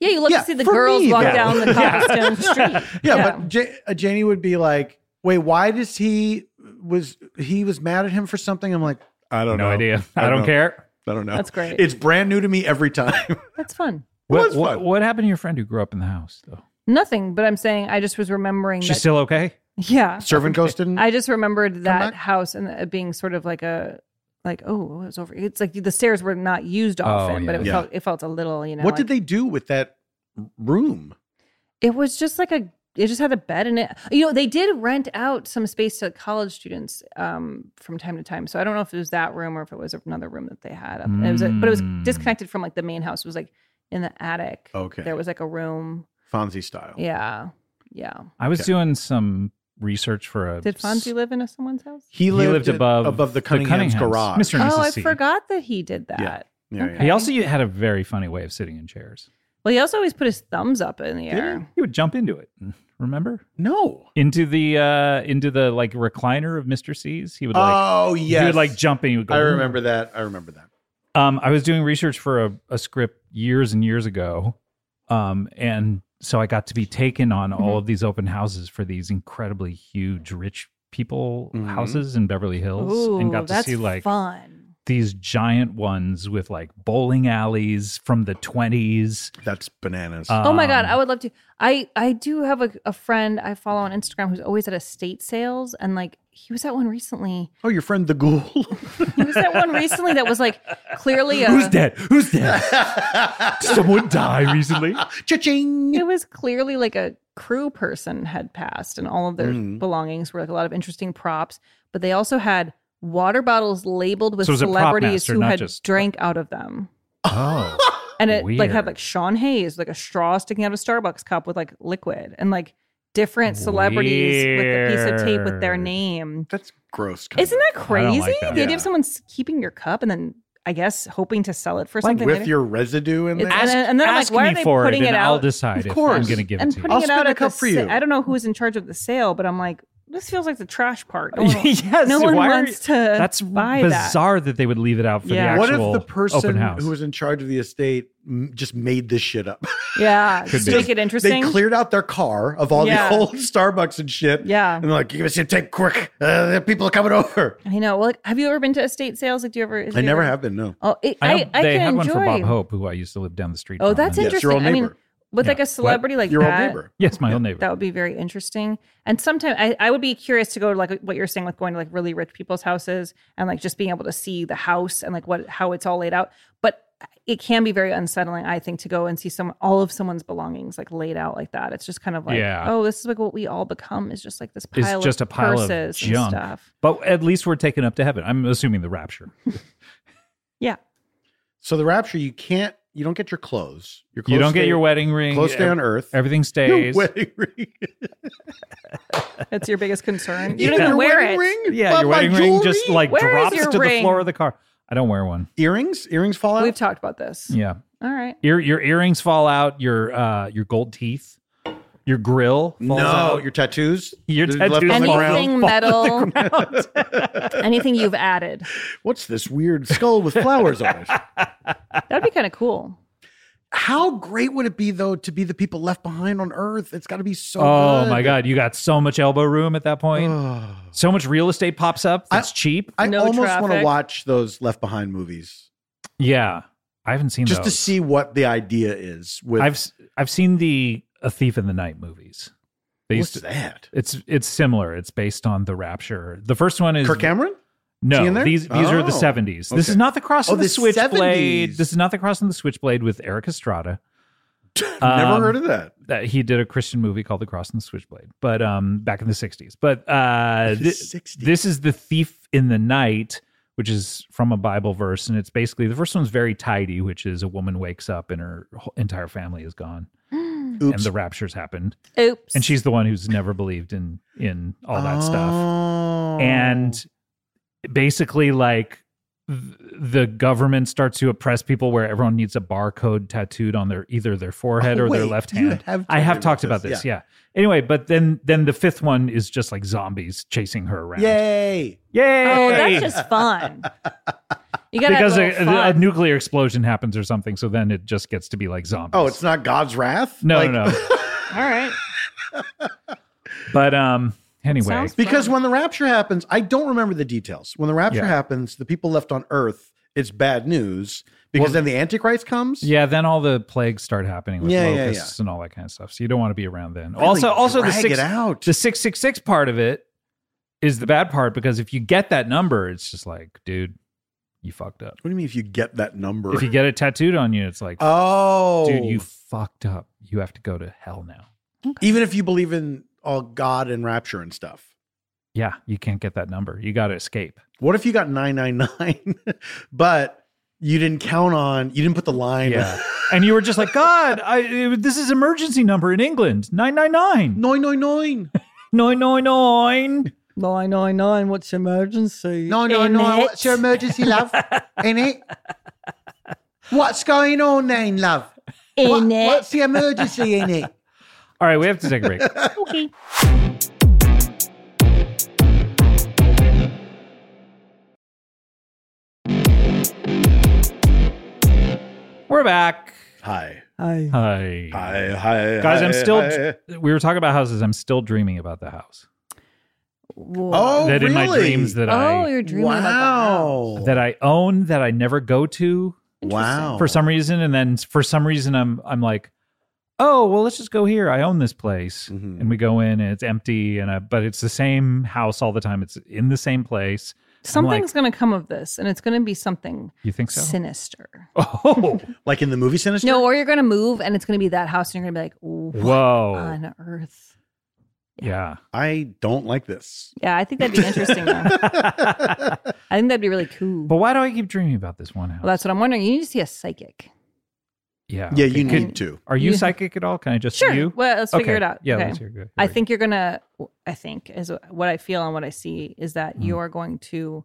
Speaker 2: yeah, you love
Speaker 3: Yeah,
Speaker 2: to see the
Speaker 3: for
Speaker 2: girls
Speaker 3: me,
Speaker 2: walk
Speaker 3: though.
Speaker 2: down the
Speaker 1: [LAUGHS] Yeah.
Speaker 2: cobblestone
Speaker 3: [LAUGHS]
Speaker 2: street.
Speaker 3: yeah, but J- uh, Janie would be like, "Wait, why does he was he was mad at him for something?" I'm like, "I
Speaker 1: No
Speaker 3: don't know.
Speaker 1: idea. I don't,
Speaker 3: know.
Speaker 1: care.
Speaker 3: I don't know.
Speaker 2: That's great.
Speaker 3: It's brand new to me every time."
Speaker 2: that's fun.
Speaker 3: [LAUGHS]
Speaker 1: What,
Speaker 3: was
Speaker 1: what
Speaker 3: fun.
Speaker 1: what happened to your friend who grew up in the house though?
Speaker 2: Nothing, but I'm saying I just was remembering
Speaker 1: She's
Speaker 2: that.
Speaker 1: still okay.
Speaker 2: [LAUGHS] yeah,
Speaker 3: Servant ghosted.
Speaker 2: I just remembered that
Speaker 3: back?
Speaker 2: house and it being sort of like a like oh it was over. It's like the stairs were not used often, but it
Speaker 3: yeah.
Speaker 2: felt it felt a little you know.
Speaker 3: what did they do with that room?
Speaker 2: It was just like a. It just had a bed in it. You know, they did rent out some space to college students um, from time to time. So I don't know if it was that room or if it was another room that they had. Up. It was, a, but it was
Speaker 1: Mm.
Speaker 2: disconnected from like the main house. It was like in the attic.
Speaker 3: Okay, Oh.
Speaker 2: There was like a room.
Speaker 3: Fonzie style.
Speaker 2: Yeah, yeah.
Speaker 1: I was
Speaker 3: Okay.
Speaker 1: doing some research for a.
Speaker 2: Did Fonzie
Speaker 1: s-
Speaker 2: live in someone's house?
Speaker 3: He
Speaker 1: He
Speaker 3: lived,
Speaker 1: lived
Speaker 3: at-
Speaker 1: above
Speaker 3: above the
Speaker 1: the
Speaker 3: Cunningham's,
Speaker 1: Cunningham's.
Speaker 3: garage.
Speaker 1: Mr. and
Speaker 2: Oh, I
Speaker 1: Mrs. C.
Speaker 2: forgot that he did that.
Speaker 3: Yeah, yeah.
Speaker 1: He also had a very funny way of sitting in chairs.
Speaker 2: Well, he also always put his thumbs up in the air.
Speaker 1: He would jump into it. Remember?
Speaker 3: No.
Speaker 1: Into the uh into the like recliner of Mr. C's. He would like
Speaker 3: oh yes.
Speaker 1: he would like jump and he would go.
Speaker 3: I remember that. I remember that.
Speaker 1: Um, I was doing research for a, a script years and years ago. Um, and so I got to be taken on all of these open houses for these incredibly huge rich people
Speaker 3: Mhm.
Speaker 1: houses in Beverly Hills and got to
Speaker 2: that's
Speaker 1: see like
Speaker 2: fun.
Speaker 1: these giant ones with like bowling alleys from the 20s.
Speaker 3: That's bananas.
Speaker 2: Oh my god,
Speaker 1: Um,
Speaker 2: I would love to. I I do have a, a friend I follow on Instagram who's always at estate sales, and like he was at one recently.
Speaker 3: oh, your friend the ghoul.
Speaker 1: [LAUGHS]
Speaker 2: He was at one recently that was like clearly a.
Speaker 1: Who's dead?
Speaker 2: [LAUGHS]
Speaker 1: Who's dead? [LAUGHS] Someone died recently.
Speaker 3: Cha-ching. [LAUGHS]
Speaker 2: It was clearly like a crew person had passed, and all of their
Speaker 3: Mm.
Speaker 2: belongings were like a lot of interesting props, but they also had water bottles labeled with
Speaker 1: So it was a prop
Speaker 2: celebrities
Speaker 1: master,
Speaker 2: who
Speaker 1: not
Speaker 2: had
Speaker 1: just-
Speaker 2: drank out of them.
Speaker 1: Oh.
Speaker 2: and it like
Speaker 1: Weird.
Speaker 2: had like Sean Hayes, like a straw sticking out of a Starbucks cup with like liquid and like different celebrities with a piece of tape with their
Speaker 1: Weird.
Speaker 2: name.
Speaker 3: That's gross. kinda.
Speaker 2: Isn't that
Speaker 1: I don't
Speaker 2: crazy?
Speaker 1: like that.
Speaker 2: The idea
Speaker 3: Yeah.
Speaker 2: of someone s- keeping your cup and then I guess hoping to sell it for
Speaker 1: Like
Speaker 2: something
Speaker 3: with
Speaker 2: later.
Speaker 3: your residue in there?
Speaker 2: It's- and, uh, and then I'm like,
Speaker 1: Ask
Speaker 2: why
Speaker 1: me
Speaker 2: are they
Speaker 1: for
Speaker 2: putting
Speaker 1: it,
Speaker 2: it
Speaker 1: and I'll
Speaker 2: out?
Speaker 1: decide
Speaker 3: Of
Speaker 1: if I'm
Speaker 3: course.
Speaker 1: going to give
Speaker 2: and
Speaker 1: it to you.
Speaker 2: putting
Speaker 3: I'll
Speaker 2: it
Speaker 3: spin
Speaker 2: out
Speaker 3: a
Speaker 2: at
Speaker 3: cup
Speaker 2: the
Speaker 3: for
Speaker 2: sa-
Speaker 3: you.
Speaker 2: I don't know who was in charge of the sale, but I'm like, this feels like the trash part.
Speaker 1: [LAUGHS]
Speaker 2: No one,
Speaker 1: yes.
Speaker 2: no one
Speaker 1: why are
Speaker 2: wants to.
Speaker 1: you- That's
Speaker 2: buy that.
Speaker 1: bizarre that. they would leave it out for
Speaker 2: Yeah.
Speaker 1: the
Speaker 3: What
Speaker 1: actual
Speaker 3: if the
Speaker 1: open
Speaker 3: person
Speaker 1: house.
Speaker 3: who was in charge of the estate m- just made this shit up?
Speaker 2: yeah,
Speaker 1: Could
Speaker 2: just
Speaker 1: be.
Speaker 2: make it
Speaker 3: they
Speaker 2: interesting.
Speaker 3: cleared out their car of all
Speaker 2: Yeah.
Speaker 3: the old [LAUGHS] Starbucks and shit.
Speaker 2: yeah,
Speaker 3: And they're like, give us your tape quick. Uh, the people are
Speaker 2: [LAUGHS]
Speaker 3: coming over.
Speaker 2: I know. Well, like, have you ever been to estate sales? Like, do you ever? is
Speaker 3: I
Speaker 2: it
Speaker 3: never
Speaker 2: ever-
Speaker 3: have been, no.
Speaker 2: Oh, it,
Speaker 1: I,
Speaker 2: I,
Speaker 1: know
Speaker 2: I,
Speaker 1: they
Speaker 2: can
Speaker 1: had
Speaker 2: enjoy.
Speaker 1: one for Bob Hope, who I used to live down the street.
Speaker 2: Oh,
Speaker 1: from,
Speaker 2: that's
Speaker 1: and-
Speaker 3: Yes,
Speaker 2: interesting.
Speaker 3: your old
Speaker 2: I mean,
Speaker 3: neighbor.
Speaker 2: with like
Speaker 1: Yeah.
Speaker 2: a celebrity like
Speaker 3: your old
Speaker 2: that,
Speaker 3: neighbor.
Speaker 1: Yes, my old neighbor.
Speaker 2: that would be very interesting. And sometimes I, I would be curious to go to like what you're saying with going to like really rich people's houses and like just being able to see the house and like what how it's all laid out. But it can be very unsettling, I think, to go and see some all of someone's belongings like laid out like that. It's just kind of like,
Speaker 1: Yeah.
Speaker 2: oh, this is like what we all become is just like this
Speaker 1: It's
Speaker 2: pile
Speaker 1: just a
Speaker 2: of
Speaker 1: pile of
Speaker 2: purses
Speaker 1: junk.
Speaker 2: and stuff.
Speaker 1: But at least we're taken up to heaven. I'm assuming the rapture.
Speaker 2: Yeah.
Speaker 3: So the rapture, you can't, you don't get your clothes. Your clothes
Speaker 1: you don't get
Speaker 3: stay-
Speaker 1: your wedding ring.
Speaker 3: clothes stay on earth. [LAUGHS]
Speaker 1: Everything
Speaker 3: Your
Speaker 1: stays.
Speaker 3: wedding ring.
Speaker 2: That's your biggest
Speaker 1: [LAUGHS]
Speaker 2: concern. You
Speaker 1: Yeah.
Speaker 2: don't even
Speaker 3: Your
Speaker 2: wear
Speaker 3: wedding
Speaker 2: it.
Speaker 3: ring?
Speaker 1: Yeah,
Speaker 3: But
Speaker 1: your
Speaker 3: my
Speaker 1: wedding ring just
Speaker 3: jewelry?
Speaker 1: like
Speaker 2: Where is
Speaker 1: drops
Speaker 2: your
Speaker 1: to the
Speaker 2: ring?
Speaker 1: floor of the car. I don't wear one.
Speaker 3: earrings. Earrings fall out.
Speaker 2: We've talked about this.
Speaker 1: Yeah.
Speaker 2: All right.
Speaker 1: Ear, your earrings fall out, your uh your gold teeth, your grill falls
Speaker 3: no,
Speaker 1: out.
Speaker 3: your tattoos.
Speaker 1: Your
Speaker 3: They're left
Speaker 1: tattoos
Speaker 3: on the
Speaker 1: fall
Speaker 3: ground.
Speaker 2: Anything metal, [LAUGHS] anything you've added.
Speaker 3: What's this weird skull with flowers on
Speaker 1: [LAUGHS]
Speaker 3: it?
Speaker 2: That'd be kind of cool.
Speaker 3: How great would it be though to be the people left behind on Earth? It's got to be so.
Speaker 1: Oh
Speaker 3: good. Uh-huh.
Speaker 1: my god, you got so much elbow room at that point. so much real estate pops up that's cheap.
Speaker 3: I
Speaker 2: No
Speaker 3: almost want to
Speaker 2: traffic.
Speaker 3: watch those Left Behind movies
Speaker 1: Yeah. I haven't seen
Speaker 3: just to
Speaker 1: those.
Speaker 3: see what the idea is. With
Speaker 1: I've s- I've seen the A Thief in the Night movies. They used
Speaker 3: what's
Speaker 1: to,
Speaker 3: that?
Speaker 1: it's it's similar. It's based on the Rapture. The first one is
Speaker 3: Kirk Cameron?
Speaker 1: no.
Speaker 3: he in there?
Speaker 1: These these are the
Speaker 3: Oh,
Speaker 1: seventies. This
Speaker 3: okay.
Speaker 1: is not the cross
Speaker 3: Oh,
Speaker 1: of the,
Speaker 3: the
Speaker 1: Switchblade.
Speaker 3: 70s.
Speaker 1: This is not the cross of the Switchblade with Eric Estrada.
Speaker 3: [LAUGHS] Never
Speaker 1: Um,
Speaker 3: heard of that.
Speaker 1: That he did a Christian movie called The Cross and the Switchblade, but um back in the sixties. But
Speaker 3: [LAUGHS]
Speaker 1: uh,
Speaker 3: The
Speaker 1: thi-
Speaker 3: 60s.
Speaker 1: this is the Thief in the Night. Which is from a Bible verse, and it's basically the first one's very tidy, which is a woman wakes up and her whole, entire family is gone, and
Speaker 3: Oops.
Speaker 1: the rapture's happened.
Speaker 2: Oops.
Speaker 1: and she's the one who's never believed in in all that stuff
Speaker 3: Oh.
Speaker 1: and basically like th- the government starts to oppress people where everyone needs a barcode tattooed on their either their forehead
Speaker 3: Oh,
Speaker 1: or their
Speaker 3: wait,
Speaker 1: left
Speaker 3: you
Speaker 1: hand
Speaker 3: have
Speaker 1: i have talked
Speaker 3: talked
Speaker 1: about
Speaker 3: about
Speaker 1: this
Speaker 3: this,
Speaker 1: yeah. anyway but then then the fifth one is just like zombies chasing her around
Speaker 3: yay!
Speaker 1: yay
Speaker 2: Oh, that's just fun. You gotta
Speaker 1: because
Speaker 2: have a,
Speaker 1: a,
Speaker 2: little
Speaker 1: a, a
Speaker 2: fun.
Speaker 1: nuclear explosion happens or something so then it just gets to be like zombies
Speaker 3: Oh, it's not God's wrath.
Speaker 1: no
Speaker 3: Like,
Speaker 1: no no
Speaker 2: All right.
Speaker 1: but um anyway
Speaker 2: sounds-
Speaker 3: [LAUGHS] Because when the rapture happens, I don't remember the details. When the rapture
Speaker 1: Yeah.
Speaker 3: happens, the people left on Earth, it's bad news because
Speaker 1: Well-
Speaker 3: then the Antichrist comes.
Speaker 1: Yeah, then all the plagues start happening with
Speaker 3: Yeah, yeah,
Speaker 1: locusts and all that kind of stuff. So you don't want to be around then.
Speaker 3: Really
Speaker 1: also, also the
Speaker 3: drag
Speaker 1: six,
Speaker 3: it out.
Speaker 1: the six six six part of it is the bad part because if you get that number, it's just like, dude, you fucked up.
Speaker 3: What do you mean if you get that number?
Speaker 1: If you get it tattooed on you, it's like,
Speaker 3: oh,
Speaker 1: dude, you fucked up. You have to go to hell now.
Speaker 3: even if you believe in all God and rapture and stuff.
Speaker 1: Yeah, you can't get that number. You got to escape.
Speaker 3: What if you got 999, [LAUGHS] but you didn't count on, you didn't put the line.
Speaker 1: Yeah. [LAUGHS] and you were just like, God, I, it- this is emergency number in England.
Speaker 3: [LAUGHS]
Speaker 1: 999.
Speaker 3: Nine nine nine.
Speaker 1: 999.
Speaker 2: Nine nine nine. What's emergency?
Speaker 3: No, no,
Speaker 2: In
Speaker 3: no.
Speaker 2: it.
Speaker 3: What's your emergency, love? In it? What's going on then, love?
Speaker 2: in it.
Speaker 3: what's the emergency in it?
Speaker 1: All right, we have to take a break.
Speaker 2: Okay.
Speaker 1: We're back.
Speaker 3: [LAUGHS] Hi,
Speaker 2: Hi.
Speaker 1: Hi.
Speaker 3: hi, hi,
Speaker 1: Guys, I'm
Speaker 3: hi,
Speaker 1: still-
Speaker 3: hi.
Speaker 1: We were talking about houses. I'm still dreaming about the house.
Speaker 3: Oh,
Speaker 1: that in my
Speaker 3: really?
Speaker 1: dreams that
Speaker 2: oh,
Speaker 1: I
Speaker 2: you're dreaming about
Speaker 3: wow,
Speaker 1: that I own that I never go to
Speaker 2: that.
Speaker 3: wow.
Speaker 1: for some reason, and then for some reason I'm I'm like, oh well, let's just go here. I own this place,
Speaker 3: Mhm.
Speaker 1: and we go in and it's empty, and I, but it's the same house all the time. It's in the same place.
Speaker 2: Something's going to come of this, and it's going to be something
Speaker 1: You think so?
Speaker 2: sinister.
Speaker 1: [LAUGHS] Oh,
Speaker 3: like in the movie Sinister.
Speaker 2: No, or you're going to move, and it's going to be that house, and you're going to be like, what
Speaker 1: whoa,
Speaker 2: on earth?
Speaker 1: yeah.
Speaker 3: I don't like this.
Speaker 2: Yeah, I think that'd be interesting.
Speaker 1: [LAUGHS]
Speaker 2: though.
Speaker 1: but
Speaker 2: I think that'd be really cool.
Speaker 1: why do I keep dreaming about this one house?
Speaker 2: well, that's what I'm wondering. You need to see a psychic.
Speaker 1: yeah,
Speaker 3: Yeah, you
Speaker 1: okay. Could-
Speaker 3: need to.
Speaker 1: Are you
Speaker 2: Yeah.
Speaker 1: psychic at all? Can I just see
Speaker 2: Sure.
Speaker 1: you?
Speaker 2: Well, let's figure
Speaker 1: Okay.
Speaker 2: it out.
Speaker 1: Yeah,
Speaker 2: Okay.
Speaker 1: let's hear it.
Speaker 2: I think you're gonna. I think is what I feel and what I see is that
Speaker 1: Mm.
Speaker 2: you are going to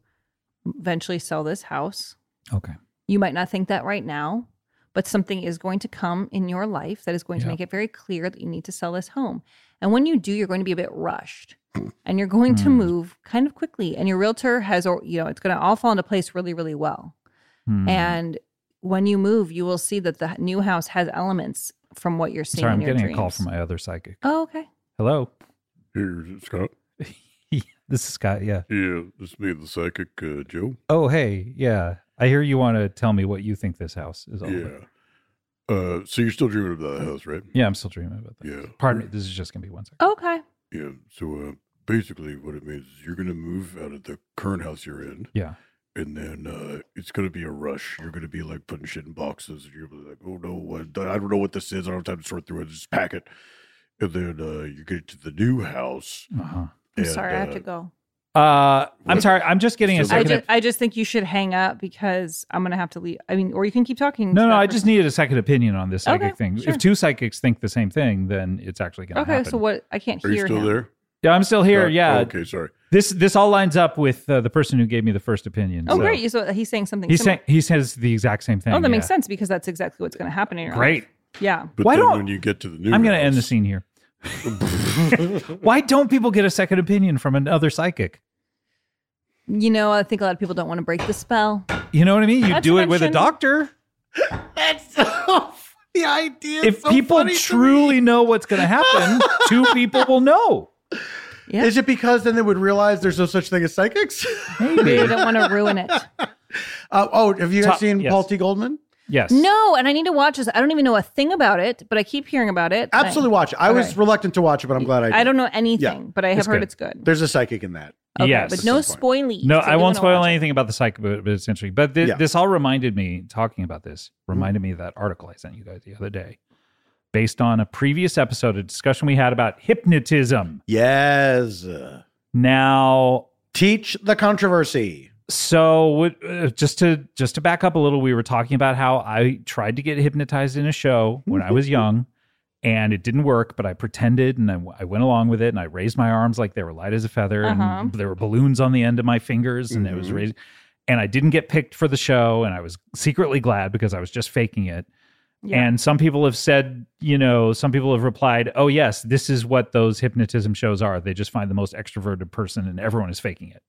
Speaker 2: eventually sell this house.
Speaker 1: Okay.
Speaker 2: You might not think that right now, but something is going to come in your life that is going to
Speaker 1: Yeah.
Speaker 2: make it very clear that you need to sell this home. And when you do, you're going to be a bit rushed, and you're going to
Speaker 1: Mm.
Speaker 2: move kind of quickly. And your realtor has, or you know, it's going to all fall into place really, really well.
Speaker 1: Hmm.
Speaker 2: And when you move, you will see that the new house has elements from what you're seeing.
Speaker 1: Sorry,
Speaker 2: in
Speaker 1: I'm
Speaker 2: your
Speaker 1: getting
Speaker 2: dreams.
Speaker 1: a call from my other psychic.
Speaker 2: Oh, okay.
Speaker 1: Hello,
Speaker 4: Here, Scott.
Speaker 1: this is Scott. Yeah.
Speaker 4: Yeah, this is me, the psychic uh, Joe.
Speaker 1: Oh, hey, yeah. I hear you want to tell me what you think this house is all about.
Speaker 4: Yeah. Uh, so you're still dreaming about the house, right?
Speaker 1: Yeah, I'm still dreaming about that.
Speaker 4: Yeah.
Speaker 1: Pardon me. This is just gonna be one second.
Speaker 2: Okay.
Speaker 4: Yeah. So uh, basically, what it means is you're going to move out of the current house you're in,
Speaker 1: Yeah.
Speaker 4: and then uh, it's going to be a rush. You're going to be like putting shit in boxes, and you're gonna be like, oh no, I, I don't know what this is. I don't have time to sort through it. Just pack it. And then uh, you get to the new house.
Speaker 1: Uh-huh.
Speaker 2: I'm
Speaker 4: and,
Speaker 2: sorry, I have
Speaker 4: uh,
Speaker 2: to go.
Speaker 1: Uh, I'm sorry. I'm just getting a
Speaker 4: Still
Speaker 2: I
Speaker 1: second.
Speaker 2: just, I just think you should hang up because I'm gonna have to leave. I mean, or you can keep talking.
Speaker 1: no,
Speaker 2: to
Speaker 1: no.
Speaker 2: that
Speaker 1: I just
Speaker 2: person.
Speaker 1: needed a second opinion on this psychic
Speaker 2: Okay,
Speaker 1: thing.
Speaker 2: sure.
Speaker 1: If two psychics think the same thing, then it's actually gonna
Speaker 2: Okay.
Speaker 1: happen.
Speaker 2: So what? I can't
Speaker 4: Are
Speaker 2: hear
Speaker 4: you still
Speaker 2: him.
Speaker 4: there?
Speaker 1: yeah, I'm still here.
Speaker 4: Scott?
Speaker 1: yeah.
Speaker 4: Oh, okay. Sorry.
Speaker 1: This this all lines up with uh, the person who gave me the first opinion.
Speaker 2: Oh,
Speaker 1: so.
Speaker 2: great. So he's saying something.
Speaker 1: He
Speaker 2: similar.
Speaker 1: saying he says the exact same thing.
Speaker 2: Oh, that
Speaker 1: yeah.
Speaker 2: makes sense because that's exactly what's gonna happen in your
Speaker 1: Great.
Speaker 2: life. Yeah.
Speaker 4: But
Speaker 1: Why
Speaker 4: then
Speaker 1: don't-
Speaker 4: when you get to the new
Speaker 1: I'm going to end the
Speaker 4: house-
Speaker 1: scene
Speaker 4: [LAUGHS]
Speaker 1: here. Why don't people get a second opinion from another psychic?
Speaker 2: You know, I think a lot of people don't want to break the spell.
Speaker 1: You know what I mean? You
Speaker 2: Not
Speaker 1: do
Speaker 2: to
Speaker 1: it with a
Speaker 2: mention-
Speaker 1: doctor.
Speaker 3: That's so, [LAUGHS] the idea. is
Speaker 1: if
Speaker 3: so
Speaker 1: people
Speaker 3: funny to
Speaker 1: truly
Speaker 3: me.
Speaker 1: know what's going to happen, two people will know.
Speaker 2: Yeah.
Speaker 3: Is it because then they would realize there's no such thing as psychics? [LAUGHS]
Speaker 2: They
Speaker 1: Maybe.
Speaker 2: don't want to ruin
Speaker 1: [LAUGHS]
Speaker 2: it.
Speaker 3: Uh, oh, have you guys
Speaker 1: Top-
Speaker 3: seen
Speaker 1: yes.
Speaker 3: Paul T. Goldman?
Speaker 1: yes.
Speaker 2: No, and I need to watch this. I don't even know a thing about it, but I keep hearing about it. Like-
Speaker 3: Absolutely watch it. I was
Speaker 2: Okay.
Speaker 3: reluctant to watch it, but I'm glad I did.
Speaker 2: I don't know anything, but I have
Speaker 1: It's
Speaker 2: heard
Speaker 1: good.
Speaker 2: it's good.
Speaker 3: There's a psychic in that.
Speaker 2: Okay,
Speaker 1: yes.
Speaker 2: but no
Speaker 3: That's the
Speaker 2: spoilies.
Speaker 1: No,
Speaker 2: I do
Speaker 1: I
Speaker 2: wanna
Speaker 1: won't
Speaker 2: watch
Speaker 1: spoil
Speaker 2: it.
Speaker 1: anything about the psychic, but, but it's interesting. But thi-
Speaker 3: Yeah. Mm-hmm.
Speaker 1: this all reminded me, talking about this, reminded me of that article I sent you guys the other day, based on a previous episode, a discussion we had about hypnotism.
Speaker 3: Yes. Uh,
Speaker 1: Now,
Speaker 3: Teach the controversy.
Speaker 1: so what- uh, just to just to back up a little we were talking about how i tried to get hypnotized in a show when i
Speaker 2: [LAUGHS]
Speaker 1: was young and it didn't work but i pretended and i, w- I went along with it and i raised my arms like they were light as a feather
Speaker 2: Uh-huh. Mm-hmm.
Speaker 1: and there were balloons on the end of my fingers and it was
Speaker 3: Mhm.
Speaker 1: raised and i didn't get picked for the show and i was secretly glad because i was just faking it
Speaker 2: Yeah.
Speaker 1: and some people have said, you know, some people have replied, oh, yes, this is what those hypnotism shows are. They just find the most extroverted person and everyone is faking
Speaker 2: [LAUGHS]
Speaker 1: it.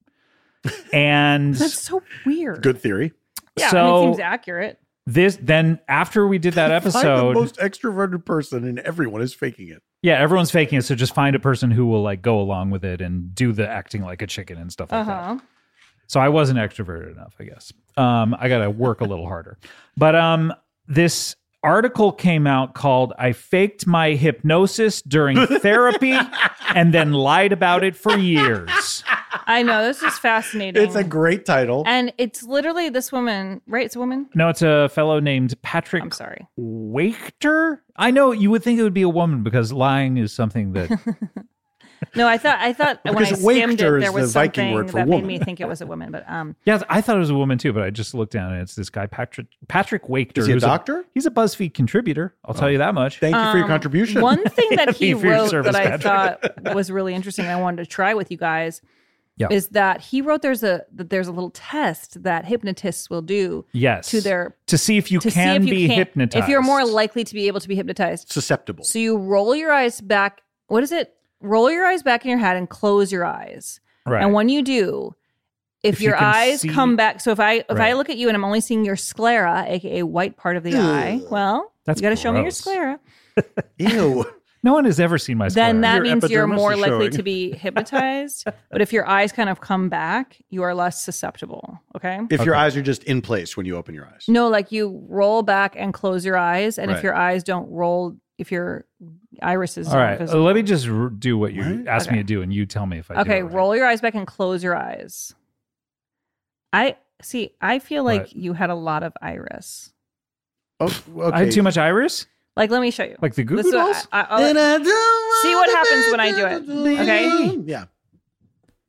Speaker 1: And
Speaker 2: That's so weird.
Speaker 3: Good theory.
Speaker 2: Yeah, I mean, it
Speaker 1: so
Speaker 2: seems accurate.
Speaker 1: this, then after we
Speaker 3: [LAUGHS]
Speaker 1: did that
Speaker 3: I'm the
Speaker 1: episode,
Speaker 3: most extroverted person, and everyone is faking it.
Speaker 1: yeah, everyone's faking it. So just find a person who will like go along with it and do the acting like a chicken and stuff like
Speaker 2: Uh
Speaker 1: that.
Speaker 2: huh.
Speaker 1: So I wasn't extroverted enough, I guess. Um, I got to work a little harder. But um, this article came out called I Faked My Hypnosis During Therapy and Then Lied About It for Years.
Speaker 2: I know this is fascinating.
Speaker 3: It's a great title.
Speaker 2: and it's literally this woman, right? It's a woman.
Speaker 1: No, it's a fellow named Patrick
Speaker 2: I'm sorry.
Speaker 1: Wachter. I know you would think it would be a woman because lying is something that.
Speaker 2: No, I thought I thought when I
Speaker 3: Because
Speaker 2: skimmed
Speaker 3: wachter
Speaker 2: it,
Speaker 3: is
Speaker 2: there was
Speaker 3: the Viking
Speaker 2: something
Speaker 3: word for
Speaker 2: that
Speaker 3: woman.
Speaker 2: made me think it was a woman, but
Speaker 3: [LAUGHS]
Speaker 2: um,
Speaker 1: yeah, I thought it was a woman too, but I just looked down and it's this guy, Patrick Patrick Wachter.
Speaker 3: is he a
Speaker 1: who's
Speaker 3: doctor? Oh.
Speaker 1: he's a BuzzFeed contributor. I'll tell you that much.
Speaker 3: Thank you for your
Speaker 2: Um,
Speaker 3: contribution.
Speaker 2: One thing that
Speaker 1: Thank
Speaker 2: he
Speaker 1: you for your
Speaker 2: wrote
Speaker 1: service,
Speaker 2: that I
Speaker 1: Patrick.
Speaker 2: thought was really interesting, I wanted to try with you guys
Speaker 1: Yeah.
Speaker 2: is that he wrote there's a that there's a little test that hypnotists will do
Speaker 1: Yes.
Speaker 2: to their
Speaker 1: to see if you
Speaker 2: to see
Speaker 1: can
Speaker 2: if you
Speaker 1: be
Speaker 2: can
Speaker 1: hypnotized.
Speaker 2: if you're more likely to be able to be hypnotized.
Speaker 3: susceptible.
Speaker 2: So you roll your eyes back. What is it? Roll your eyes back in your head and close your eyes.
Speaker 1: right.
Speaker 2: And when you do, if,
Speaker 1: If you
Speaker 2: your
Speaker 1: can
Speaker 2: eyes
Speaker 1: see-
Speaker 2: come back, so if I if I
Speaker 1: Right.
Speaker 2: look at you and I'm only seeing your sclera, aka white part of the
Speaker 3: Ugh.
Speaker 2: eye, well,
Speaker 1: That's
Speaker 2: you got to show me your
Speaker 1: gross.
Speaker 2: sclera.
Speaker 3: Ew.
Speaker 1: no one has ever seen
Speaker 2: Then
Speaker 1: my sclera.
Speaker 2: that
Speaker 3: Your
Speaker 2: means you're
Speaker 3: epidermis
Speaker 2: more
Speaker 3: is
Speaker 2: likely
Speaker 3: showing.
Speaker 2: to
Speaker 3: [LAUGHS]
Speaker 2: be hypnotized. but if your eyes kind of come back, you are less susceptible. Okay.
Speaker 3: If your
Speaker 1: Okay.
Speaker 3: eyes are just in place when you open your eyes.
Speaker 2: No, like you roll back and close your eyes, and if
Speaker 3: Right.
Speaker 2: your eyes don't roll, if your irises
Speaker 1: All right.
Speaker 2: don't-
Speaker 1: uh, let me just r- do what you
Speaker 3: What?
Speaker 1: asked me
Speaker 2: Okay.
Speaker 1: to do, and you tell me if Oh, I do
Speaker 2: Okay,
Speaker 1: it right.
Speaker 2: roll your eyes back and close your eyes. I see. I feel like
Speaker 1: What?
Speaker 2: you had a lot of iris.
Speaker 3: Oh, okay.
Speaker 1: I had too much iris,
Speaker 2: Like, let me show you.
Speaker 1: like the Goo
Speaker 2: This
Speaker 1: Goo
Speaker 2: is what
Speaker 1: Dolls.
Speaker 2: I- oh, I- I'll- See what happens when I do it, okay?
Speaker 3: Yeah.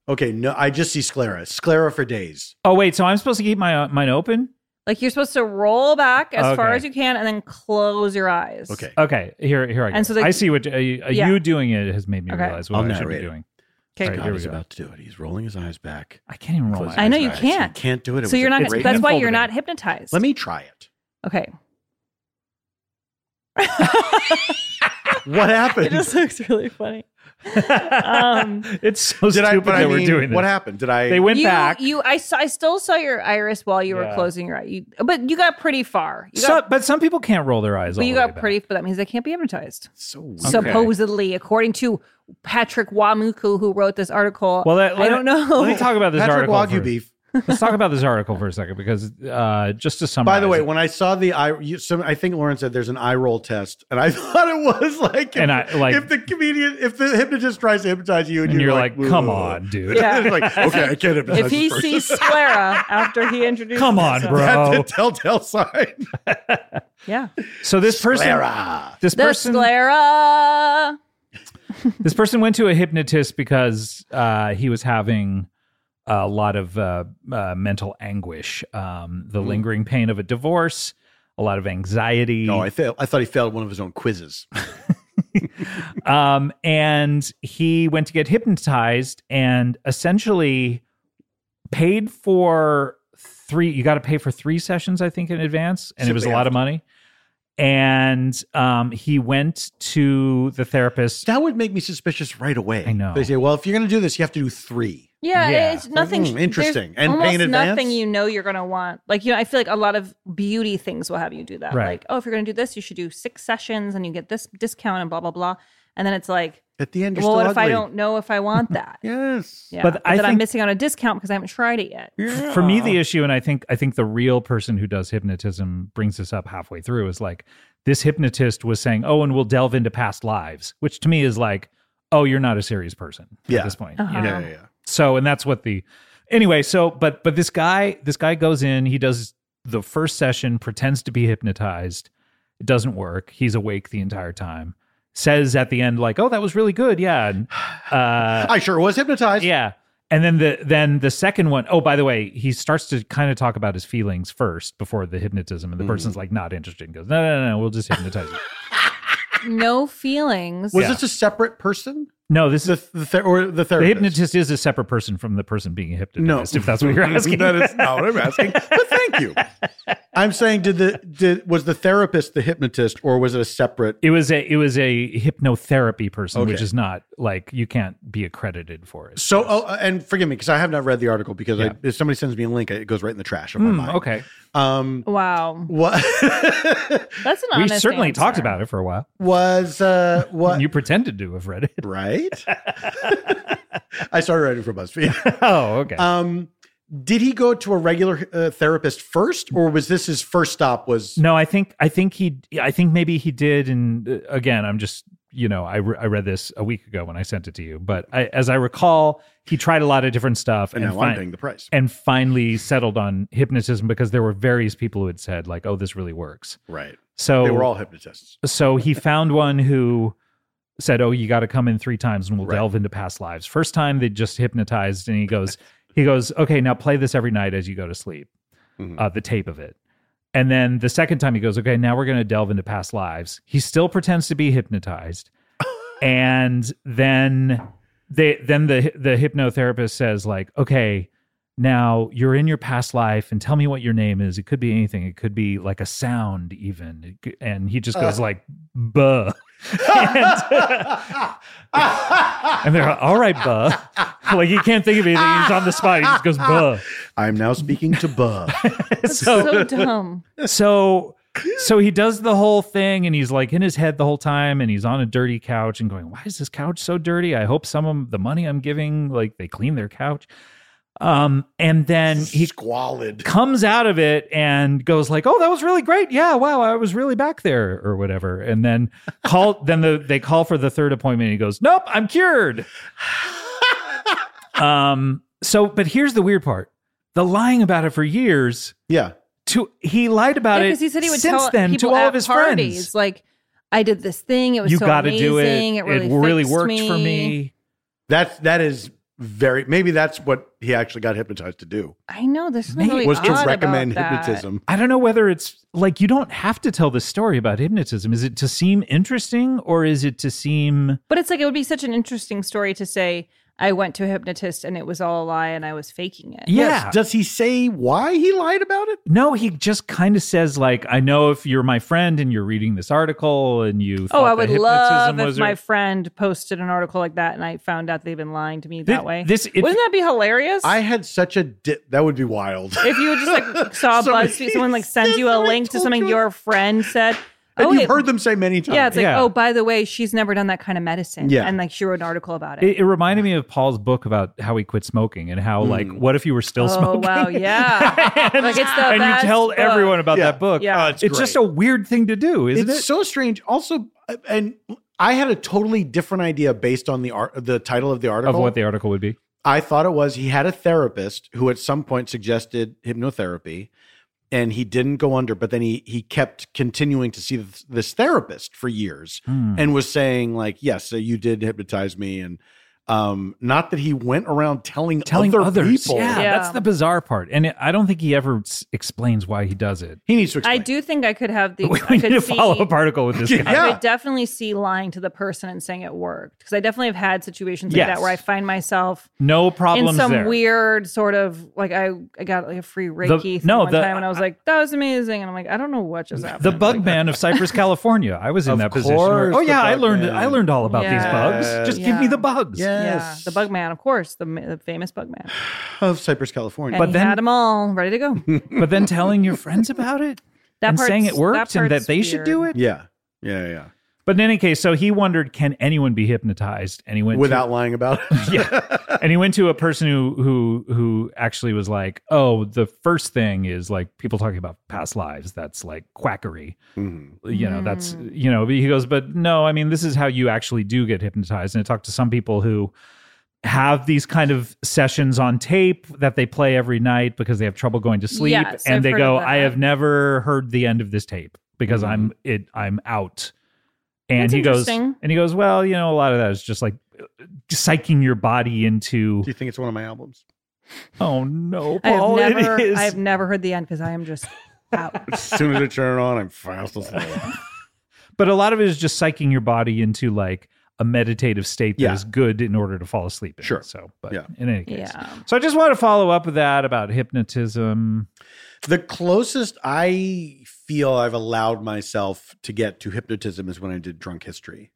Speaker 3: Okay. No, I just see sclera. Sclera for days.
Speaker 1: oh wait, so I'm supposed to keep my uh, mine open?
Speaker 2: like, you're supposed to roll back as far
Speaker 1: Okay.
Speaker 2: as you can, and then close your eyes.
Speaker 3: Okay.
Speaker 1: Okay, here here I go.
Speaker 2: And so the-
Speaker 1: I see what uh, uh,
Speaker 2: Yeah.
Speaker 1: you doing it has made me
Speaker 2: Okay.
Speaker 1: realize what
Speaker 3: I'll
Speaker 1: i should be
Speaker 3: narrate it.
Speaker 1: doing.
Speaker 2: Okay.
Speaker 1: All right,
Speaker 3: God
Speaker 1: here we
Speaker 3: is
Speaker 1: go.
Speaker 3: about to do it. He's rolling his eyes back.
Speaker 1: I can't even roll.
Speaker 3: Closing
Speaker 1: my
Speaker 2: I know
Speaker 1: eyes.
Speaker 3: his
Speaker 2: you
Speaker 3: eyes.
Speaker 2: can't.
Speaker 3: He can't do it. It
Speaker 2: So
Speaker 3: was
Speaker 2: you're
Speaker 3: a
Speaker 2: not.
Speaker 3: great
Speaker 2: Gonna, that's why
Speaker 1: painful
Speaker 2: you're
Speaker 1: to
Speaker 2: not
Speaker 1: me.
Speaker 2: hypnotized.
Speaker 3: Let me try it.
Speaker 2: Okay. [LAUGHS]
Speaker 3: What happened?
Speaker 2: It just looks really funny. Um,
Speaker 1: [LAUGHS] it's so
Speaker 3: Did
Speaker 1: stupid
Speaker 3: I? But
Speaker 1: that
Speaker 3: I
Speaker 1: we're
Speaker 3: mean,
Speaker 1: doing this.
Speaker 3: what happened? Did I?
Speaker 1: They went
Speaker 2: you,
Speaker 1: back.
Speaker 2: You, I saw. I still saw your iris while you were
Speaker 1: Yeah.
Speaker 2: closing your eye. You, but you got pretty far. You
Speaker 1: Some-
Speaker 2: got,
Speaker 1: but some people can't roll their eyes.
Speaker 2: but
Speaker 1: all
Speaker 2: you
Speaker 1: the way
Speaker 2: got
Speaker 1: back.
Speaker 2: pretty. But that means they can't be hypnotized.
Speaker 3: so weird.
Speaker 2: supposedly, according to Patrick Wamuku, who wrote this article.
Speaker 1: Well, that,
Speaker 2: I
Speaker 1: let-
Speaker 2: don't know.
Speaker 1: Let me
Speaker 2: [LAUGHS]
Speaker 1: talk about this
Speaker 3: Patrick
Speaker 1: article.
Speaker 3: Wagyu
Speaker 1: first.
Speaker 3: beef.
Speaker 1: Let's talk about this article for a second because uh, just to summarize.
Speaker 3: By the way, when I saw the eye, you, some, I think Lauren said there's an eye roll test, and I [LAUGHS] thought it was like,
Speaker 1: And
Speaker 3: if,
Speaker 1: I, like-
Speaker 3: if the comedian, if the hypnotist tries to hypnotize you, and,
Speaker 1: and you're, like, come
Speaker 3: "Whoa."
Speaker 1: on, dude.
Speaker 2: Yeah.
Speaker 3: [LAUGHS] It's like, okay, I can't hypnotize
Speaker 2: if he
Speaker 3: this person.
Speaker 2: sees sclera after
Speaker 1: [LAUGHS]
Speaker 2: he introduces,
Speaker 1: Come on,
Speaker 2: himself.
Speaker 3: [LAUGHS]
Speaker 1: bro.
Speaker 3: That's a telltale sign. [LAUGHS]
Speaker 2: Yeah,
Speaker 1: So this person,
Speaker 3: Clara.
Speaker 1: this
Speaker 2: the
Speaker 1: person,
Speaker 2: sclera.
Speaker 1: this person went to a hypnotist because uh, he was having a lot of uh, uh, mental anguish, um, the
Speaker 3: Mm.
Speaker 1: lingering pain of a divorce, a lot of anxiety.
Speaker 3: No, I failed. I thought he failed one of his own quizzes.
Speaker 1: um, and he went to get hypnotized and essentially paid for three you got to pay for three sessions i think in advance and it was a
Speaker 3: Simply
Speaker 1: lot of money and um, he went to the
Speaker 3: [LAUGHS]
Speaker 1: therapist
Speaker 3: That would make me suspicious right away.
Speaker 1: I know.
Speaker 3: They say, well, if you're going to do this, you have to do three.
Speaker 2: Yeah,
Speaker 1: Yeah.
Speaker 2: it's nothing
Speaker 3: Mm, interesting.
Speaker 2: there's
Speaker 3: And pay in
Speaker 2: almost nothing
Speaker 3: advance?
Speaker 2: you know you're gonna want. Like you know, I feel like a lot of beauty things will have you do that.
Speaker 1: Right.
Speaker 2: Like, oh, if you're gonna do this, you should do six sessions and you get this discount and blah blah blah. And then it's like,
Speaker 3: At the end, you're
Speaker 2: well,
Speaker 3: still
Speaker 2: what if I
Speaker 3: ugly.
Speaker 2: don't know if I want that?
Speaker 3: Yes.
Speaker 2: Yeah,
Speaker 1: But
Speaker 2: but,
Speaker 1: I
Speaker 2: then I'm
Speaker 1: think-
Speaker 2: missing out on a discount because I haven't tried it yet.
Speaker 1: F- for me the issue and i think i think the real person who does hypnotism brings this up halfway through is like this hypnotist was saying oh and we'll delve into past lives which to me is like oh you're not a serious person
Speaker 3: Yeah.
Speaker 1: at this point
Speaker 2: Uh-huh.
Speaker 3: Yeah, yeah, yeah.
Speaker 1: So, and that's what the anyway. So, but but this guy, this guy goes in. He does the first session, pretends to be hypnotized. It doesn't work. He's awake the entire time. Says at the end, like, "Oh, that was really good. Yeah, and,
Speaker 3: [SIGHS]
Speaker 1: uh,
Speaker 3: I sure was hypnotized.
Speaker 1: yeah." And then the then the second one, oh, by the way, he starts to kind of talk about his feelings first before the hypnotism, and the
Speaker 3: Mhm.
Speaker 1: person's like not interested and goes, "No, no, no, no we'll just hypnotize you." [LAUGHS]
Speaker 2: No feelings.
Speaker 3: Was
Speaker 1: Yeah.
Speaker 3: this a separate person? [LAUGHS]
Speaker 1: No, this
Speaker 3: The
Speaker 1: is
Speaker 3: the ther- or the
Speaker 1: the
Speaker 3: therapist?
Speaker 1: hypnotist is a separate person from the person being hypnotized.
Speaker 3: No,
Speaker 1: if that's
Speaker 3: [LAUGHS]
Speaker 1: what you're asking.
Speaker 3: that is not what I'm [LAUGHS] asking. But thank you. I'm saying, did the did was the therapist the hypnotist, or was it a separate?
Speaker 1: It was a it was a hypnotherapy person, which
Speaker 3: Okay.
Speaker 1: is not like you can't be accredited for it.
Speaker 3: So, oh, and forgive me because I have not read the article because
Speaker 1: Yeah.
Speaker 3: I, if somebody sends me a link, it goes right in the trash of my
Speaker 1: Hmm,
Speaker 3: mind.
Speaker 1: okay,
Speaker 3: Um,
Speaker 2: wow,
Speaker 3: what [LAUGHS]
Speaker 2: that's an
Speaker 1: we
Speaker 2: honest.
Speaker 1: certainly
Speaker 2: answer.
Speaker 1: talked about it for a while.
Speaker 3: was uh, what?
Speaker 1: And you pretended to have read it.
Speaker 3: [LAUGHS] right? [LAUGHS] I started writing for BuzzFeed.
Speaker 1: oh, [LAUGHS] okay.
Speaker 3: Um, did he go to a regular uh, therapist first, or was this his first stop? Was
Speaker 1: no, I think I think he I think maybe he did. And uh, again, I'm just you know I re- I read this a week ago when I sent it to you, but I, as I recall, he tried a lot of different stuff
Speaker 3: and
Speaker 1: and
Speaker 3: now I'm
Speaker 1: fin-
Speaker 3: paying the price,
Speaker 1: and finally settled on hypnotism because there were various people who had said like, oh, this really works.
Speaker 3: right?
Speaker 1: So
Speaker 3: They were all
Speaker 1: [LAUGHS]
Speaker 3: hypnotists. [LAUGHS]
Speaker 1: so he found one who said, "Oh, you got to come in three times, and we'll
Speaker 3: Right.
Speaker 1: delve into past lives." First time they just hypnotized, and he goes, he goes, "Okay, now play this every night as you go to sleep."
Speaker 3: Mhm.
Speaker 1: Uh, the tape of it, and then the second time he goes, "Okay, now we're going to delve into past lives." He still pretends to be hypnotized, and then they then the the hypnotherapist says like, okay, now you're in your past life and tell me what your name is. It could be anything. It could be like a sound even. It could- And he just goes like, buh. [LAUGHS] and, [LAUGHS] and they're like, all right, buh. [LAUGHS] Like he can't think of anything. He's on the spot. He just goes buh.
Speaker 3: I'm now speaking to
Speaker 1: [LAUGHS]
Speaker 3: Bub.
Speaker 1: so
Speaker 2: so dumb.
Speaker 1: so so he does the whole thing and he's like in his head the whole time and he's on a dirty couch and going why is this couch so dirty i hope some of the money i'm giving like they clean their couch um and then he
Speaker 3: squalid.
Speaker 1: comes out of it and goes like oh that was really great yeah wow i was really back there or whatever and then call [LAUGHS] then the, they call for the third appointment and he goes nope i'm cured
Speaker 2: [LAUGHS]
Speaker 1: um so but here's the weird part the lying about it for years
Speaker 3: Yeah.
Speaker 1: to he lied [LAUGHS] about it
Speaker 2: because he said he would
Speaker 1: since
Speaker 2: tell
Speaker 1: then to
Speaker 2: people
Speaker 1: all
Speaker 2: at
Speaker 1: of his
Speaker 2: parties,
Speaker 1: friends.
Speaker 2: like I did this thing. It was
Speaker 1: you
Speaker 2: so
Speaker 1: gotta
Speaker 2: amazing.
Speaker 1: do it.
Speaker 2: It really, fixed
Speaker 1: worked for me.
Speaker 3: That's that is very maybe that's what he actually got hypnotized to do
Speaker 2: I know this
Speaker 1: Maybe-
Speaker 2: really
Speaker 3: was to
Speaker 2: odd
Speaker 3: recommend
Speaker 2: about that.
Speaker 3: hypnotism.
Speaker 1: I don't know whether it's like you don't have to tell the story about hypnotism. Is it to seem interesting or is it to seem
Speaker 2: But it's like it would be such an interesting story to say I went to a hypnotist and it was all a lie and I was faking it.
Speaker 1: yeah?
Speaker 3: Does he say why he lied about it?
Speaker 1: No, he just kind of says like, "I know if you're my friend and you're reading this article and you."
Speaker 2: Oh,
Speaker 1: thought
Speaker 2: I
Speaker 1: that
Speaker 2: would
Speaker 1: hypnotism
Speaker 2: love if
Speaker 1: was
Speaker 2: my
Speaker 1: real."
Speaker 2: friend posted an article like that and I found out they've been lying to me
Speaker 1: Thi-
Speaker 2: that way.
Speaker 1: This it,
Speaker 2: Wouldn't that be hilarious?
Speaker 3: I had such a di- that would
Speaker 2: [LAUGHS]
Speaker 3: be wild.
Speaker 2: if you just like
Speaker 1: [LAUGHS]
Speaker 2: saw
Speaker 3: Somebody-
Speaker 2: BuzzFeed, someone like sends you a
Speaker 3: somebody
Speaker 2: link to
Speaker 3: told
Speaker 2: something
Speaker 3: you.
Speaker 2: your friend said.
Speaker 3: and
Speaker 2: oh,
Speaker 3: you've
Speaker 2: it-
Speaker 3: heard them say many times.
Speaker 2: yeah, it's like,
Speaker 1: Yeah.
Speaker 2: oh, by the way, she's never done that kind of medicine.
Speaker 3: Yeah.
Speaker 2: And like she wrote an article about it.
Speaker 1: it, it reminded me of Paul's book about how he quit smoking and how like,
Speaker 3: Mm.
Speaker 1: what if you were still
Speaker 2: oh,
Speaker 1: smoking? [LAUGHS]
Speaker 2: wow. Yeah.
Speaker 1: and
Speaker 2: Like, it's the
Speaker 1: and you
Speaker 2: best
Speaker 1: tell
Speaker 2: book.
Speaker 1: everyone about
Speaker 3: Yeah.
Speaker 1: that book.
Speaker 2: Yeah.
Speaker 3: Oh,
Speaker 1: It's just a weird thing to do, isn't
Speaker 3: it's
Speaker 1: it?
Speaker 3: so strange. Also, uh, and I had a totally different idea based on the art, the title of the article.
Speaker 1: Of what the article would be.
Speaker 3: I thought it was he had a therapist who at some point suggested hypnotherapy, and he didn't go under. But then he he kept continuing to see this, this therapist for years,
Speaker 1: Hmm.
Speaker 3: and was saying like, "Yes, so you did hypnotize me," and um, not that he went around telling
Speaker 1: Telling
Speaker 3: other
Speaker 1: others.
Speaker 3: people.
Speaker 1: Yeah,
Speaker 2: Yeah.
Speaker 1: that's the bizarre part. And it, I don't think he ever s- explains why he does it.
Speaker 3: He needs to explain.
Speaker 2: I do think I could have the.
Speaker 1: [LAUGHS] We
Speaker 2: I
Speaker 1: need
Speaker 2: could
Speaker 1: to
Speaker 2: see,
Speaker 1: follow up article with this
Speaker 3: [LAUGHS]
Speaker 1: guy.
Speaker 3: Yeah.
Speaker 2: I could definitely see lying to the person and saying it worked because I definitely have had situations like
Speaker 1: Yes.
Speaker 2: that where I find myself
Speaker 1: No problems
Speaker 2: in some
Speaker 1: there.
Speaker 2: weird sort of like I, I got like a free Reiki thing
Speaker 1: no,
Speaker 2: one
Speaker 1: the-
Speaker 2: time and I was like that was amazing and I'm like I don't know what just happened.
Speaker 1: the bug man
Speaker 3: [LAUGHS]
Speaker 1: of Cypress, California. I was in
Speaker 3: Of
Speaker 1: that position. where,
Speaker 3: course,
Speaker 1: oh
Speaker 3: the
Speaker 1: yeah, I
Speaker 3: bug
Speaker 1: learned.
Speaker 3: man.
Speaker 1: I learned all about these
Speaker 2: Yeah.
Speaker 1: bugs. Just give
Speaker 2: Yeah.
Speaker 1: me the bugs.
Speaker 2: yeah,
Speaker 3: yes,
Speaker 2: the bug man, of course, the, ma- the famous bug man.
Speaker 3: of Cypress, California.
Speaker 2: And
Speaker 1: But
Speaker 2: he
Speaker 1: then-
Speaker 2: had them all ready to
Speaker 1: [LAUGHS]
Speaker 2: go.
Speaker 1: But then telling your friends about it
Speaker 2: That
Speaker 1: and saying it
Speaker 2: part's-
Speaker 1: worked and that
Speaker 2: part's
Speaker 1: they should
Speaker 2: weird.
Speaker 1: do it.
Speaker 3: yeah, yeah, yeah.
Speaker 1: But in any case, so he wondered, can anyone be hypnotized? And he went to-
Speaker 3: Without lying about it.
Speaker 1: [LAUGHS] yeah. And he went to a person who who who actually was like, "Oh, the first thing is like people talking about past lives. That's like quackery.
Speaker 3: Mhm.
Speaker 1: You know, that's
Speaker 2: Mm.
Speaker 1: you know." He goes, "But no, I mean, this is how you actually do get hypnotized." And I talked to some people who have these kind of sessions on tape that they play every night because they have trouble going to sleep,
Speaker 2: Yes,
Speaker 1: and
Speaker 2: I've
Speaker 1: they
Speaker 2: heard
Speaker 1: go,
Speaker 2: of that. Mm-hmm.
Speaker 1: "I have never heard the end of this tape because
Speaker 3: Mhm.
Speaker 1: I'm it. I'm out." And
Speaker 2: That's
Speaker 1: he goes,
Speaker 2: interesting.
Speaker 1: and he goes, well, you know, a lot of that is just like psyching your body into
Speaker 3: Do you think it's one of my albums?
Speaker 1: oh no
Speaker 2: I have
Speaker 1: paul it
Speaker 2: never,
Speaker 1: is
Speaker 2: I have never heard the end because I am
Speaker 1: [LAUGHS]
Speaker 2: just out.
Speaker 4: As soon as I turn it on, I'm fast asleep.
Speaker 1: but a lot of it is just psyching your body into like a meditative state that is
Speaker 3: Yeah.
Speaker 1: good in order to fall asleep in.
Speaker 3: Sure.
Speaker 1: so but
Speaker 3: Yeah.
Speaker 1: in any case
Speaker 2: yeah,
Speaker 1: so i just want to follow up with that about hypnotism
Speaker 3: The closest I feel I've allowed myself to get to hypnotism is when I did drunk history.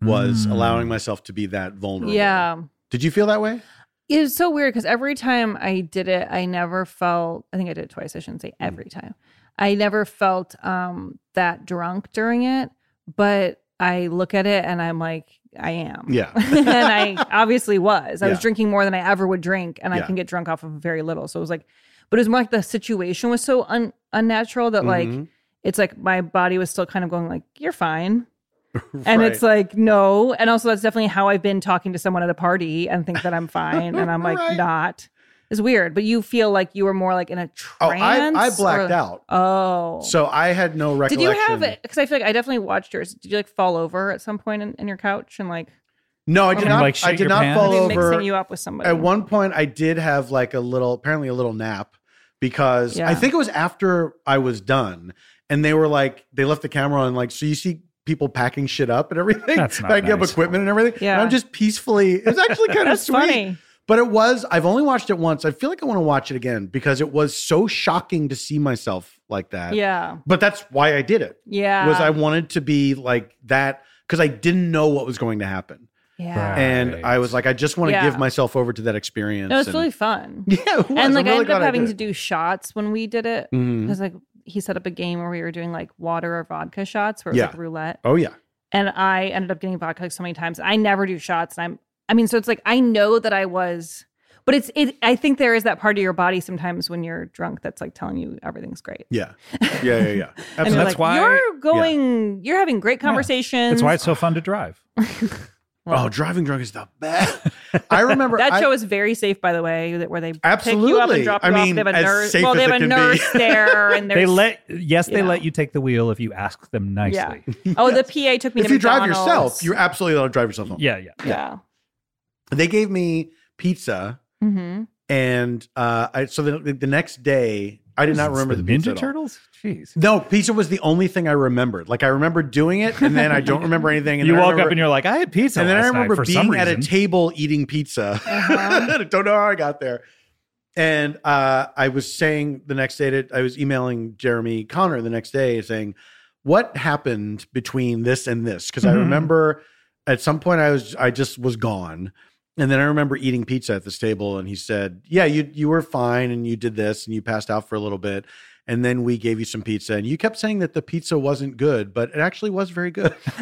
Speaker 3: Was
Speaker 1: Mm.
Speaker 3: allowing myself to be that vulnerable.
Speaker 2: yeah.
Speaker 3: Did you feel that way?
Speaker 2: It was so weird because every time I did it, I never felt. I think I did it twice. I shouldn't
Speaker 1: Mm.
Speaker 2: say every time. I never felt um, that drunk during it, but I look at it and I'm like, I am.
Speaker 3: Yeah.
Speaker 2: and I obviously was. I was
Speaker 3: Yeah.
Speaker 2: drinking more than I ever would drink, and I
Speaker 3: Yeah.
Speaker 2: can get drunk off of very little. So it was like, but it was more like the situation was so un- unnatural that like
Speaker 3: Mhm.
Speaker 2: it's like my body was still kind of going like, you're fine. [LAUGHS] And
Speaker 3: Right.
Speaker 2: it's like, no. And also, that's definitely how I've been talking to someone at a party and think that
Speaker 3: [LAUGHS]
Speaker 2: I'm fine. And I'm like,
Speaker 3: Right.
Speaker 2: not. It's weird. But you feel like you were more like in a
Speaker 3: oh,
Speaker 2: trance.
Speaker 3: I, I blacked
Speaker 2: or-
Speaker 3: out.
Speaker 2: Oh.
Speaker 3: So I had no
Speaker 2: did
Speaker 3: recollection.
Speaker 2: you have it? Because I feel like I definitely watched yours. Did you like fall over at some point in, in your couch and like
Speaker 3: No, I did
Speaker 2: Did you,
Speaker 3: not.
Speaker 1: like,
Speaker 3: I
Speaker 1: shit
Speaker 3: did
Speaker 1: your
Speaker 3: not
Speaker 1: pants?
Speaker 3: fall
Speaker 2: maybe
Speaker 3: over.
Speaker 2: mixing you up with somebody?
Speaker 3: At one point, I did have like a little, apparently a little nap because I
Speaker 2: Yeah.
Speaker 3: think it was after I was done, and they were like, they left the camera on, like, so you see people packing shit up and everything, [LAUGHS]
Speaker 1: That's not
Speaker 3: packing up
Speaker 1: nice.
Speaker 3: equipment and everything.
Speaker 2: Yeah.
Speaker 3: And I'm just peacefully. It
Speaker 2: [LAUGHS]
Speaker 3: was actually kind of
Speaker 2: That's
Speaker 3: sweet.
Speaker 2: funny.
Speaker 3: But it was, I've only watched it once. I feel like I want to watch it again because it was so shocking to see myself like that.
Speaker 2: Yeah.
Speaker 3: But that's why I did it.
Speaker 2: Yeah.
Speaker 3: Was I wanted to be like that because I didn't know what was going to happen.
Speaker 2: Yeah.
Speaker 1: Right.
Speaker 3: And I was like, I just want to
Speaker 2: Yeah.
Speaker 3: give myself over to that experience.
Speaker 2: No, it's
Speaker 3: and-
Speaker 2: really fun.
Speaker 3: [LAUGHS] yeah, it was.
Speaker 2: and like
Speaker 3: I'm really
Speaker 2: I ended
Speaker 3: glad
Speaker 2: up having
Speaker 3: did
Speaker 2: to do shots when we did it.
Speaker 3: it. Mhm.
Speaker 2: Because like he set up a game where we were doing like water or vodka shots where it was like roulette.
Speaker 3: Oh yeah,
Speaker 2: And I ended up getting vodka like so many times. I never do shots. And I'm I mean, so it's like I know that I was but it's it I think there is that part of your body sometimes when you're drunk that's like telling you everything's great.
Speaker 3: yeah,
Speaker 2: [LAUGHS]
Speaker 3: yeah, yeah,
Speaker 2: And
Speaker 3: yeah. Absolutely.
Speaker 2: you're
Speaker 1: that's
Speaker 2: like,
Speaker 1: why-
Speaker 2: you're going you're having great conversations.
Speaker 1: That's why it's so fun to drive.
Speaker 3: oh, driving drunk is the best.
Speaker 2: [LAUGHS]
Speaker 3: I remember
Speaker 2: that
Speaker 3: I-
Speaker 2: show is very safe, by the way, that where they pick you up
Speaker 3: Absolutely.
Speaker 2: and drop
Speaker 3: I
Speaker 2: you
Speaker 3: mean,
Speaker 2: off. They have a
Speaker 3: as
Speaker 2: nurse.
Speaker 3: safe
Speaker 2: Well, they
Speaker 3: as
Speaker 2: have
Speaker 3: it
Speaker 2: a
Speaker 3: can be.
Speaker 2: nurse there, and
Speaker 1: They
Speaker 2: there's-
Speaker 1: let yes, they
Speaker 2: yeah.
Speaker 1: let you take the wheel if you ask them nicely.
Speaker 3: [LAUGHS]
Speaker 2: Oh, the PA took me.
Speaker 3: [LAUGHS] if
Speaker 2: to
Speaker 3: you drive yourself,
Speaker 2: McDonald's.
Speaker 3: you're absolutely allowed to drive yourself home.
Speaker 1: Yeah, yeah.
Speaker 2: yeah.
Speaker 3: They gave me pizza,
Speaker 2: Mm-hmm.
Speaker 3: and uh, I, so the, the next day, I did not remember the,
Speaker 1: the
Speaker 3: pizza
Speaker 1: Ninja
Speaker 3: at all.
Speaker 1: Turtles. Jeez.
Speaker 3: No, pizza was the only thing I remembered. Like I remember doing it, and then I don't remember anything. And
Speaker 1: you
Speaker 3: then I
Speaker 1: walk
Speaker 3: remember-
Speaker 1: up and you're like, I had pizza.
Speaker 3: and then
Speaker 1: last
Speaker 3: I remember
Speaker 1: night for some
Speaker 3: being at a
Speaker 1: reason."
Speaker 3: table eating pizza.
Speaker 2: Uh-huh.
Speaker 3: [LAUGHS] I don't know how I got there. And uh, I was saying the next day, that I was emailing Jeremy Connor the next day saying, "What happened between this and this?" Because I
Speaker 1: Mhm.
Speaker 3: remember at some point I was I just was gone, and then I remember eating pizza at this table, and he said, "Yeah, you you were fine, and you did this, and you passed out for a little bit." And then we gave you some pizza, and you kept saying that the pizza wasn't good, but it actually was very good.
Speaker 2: It's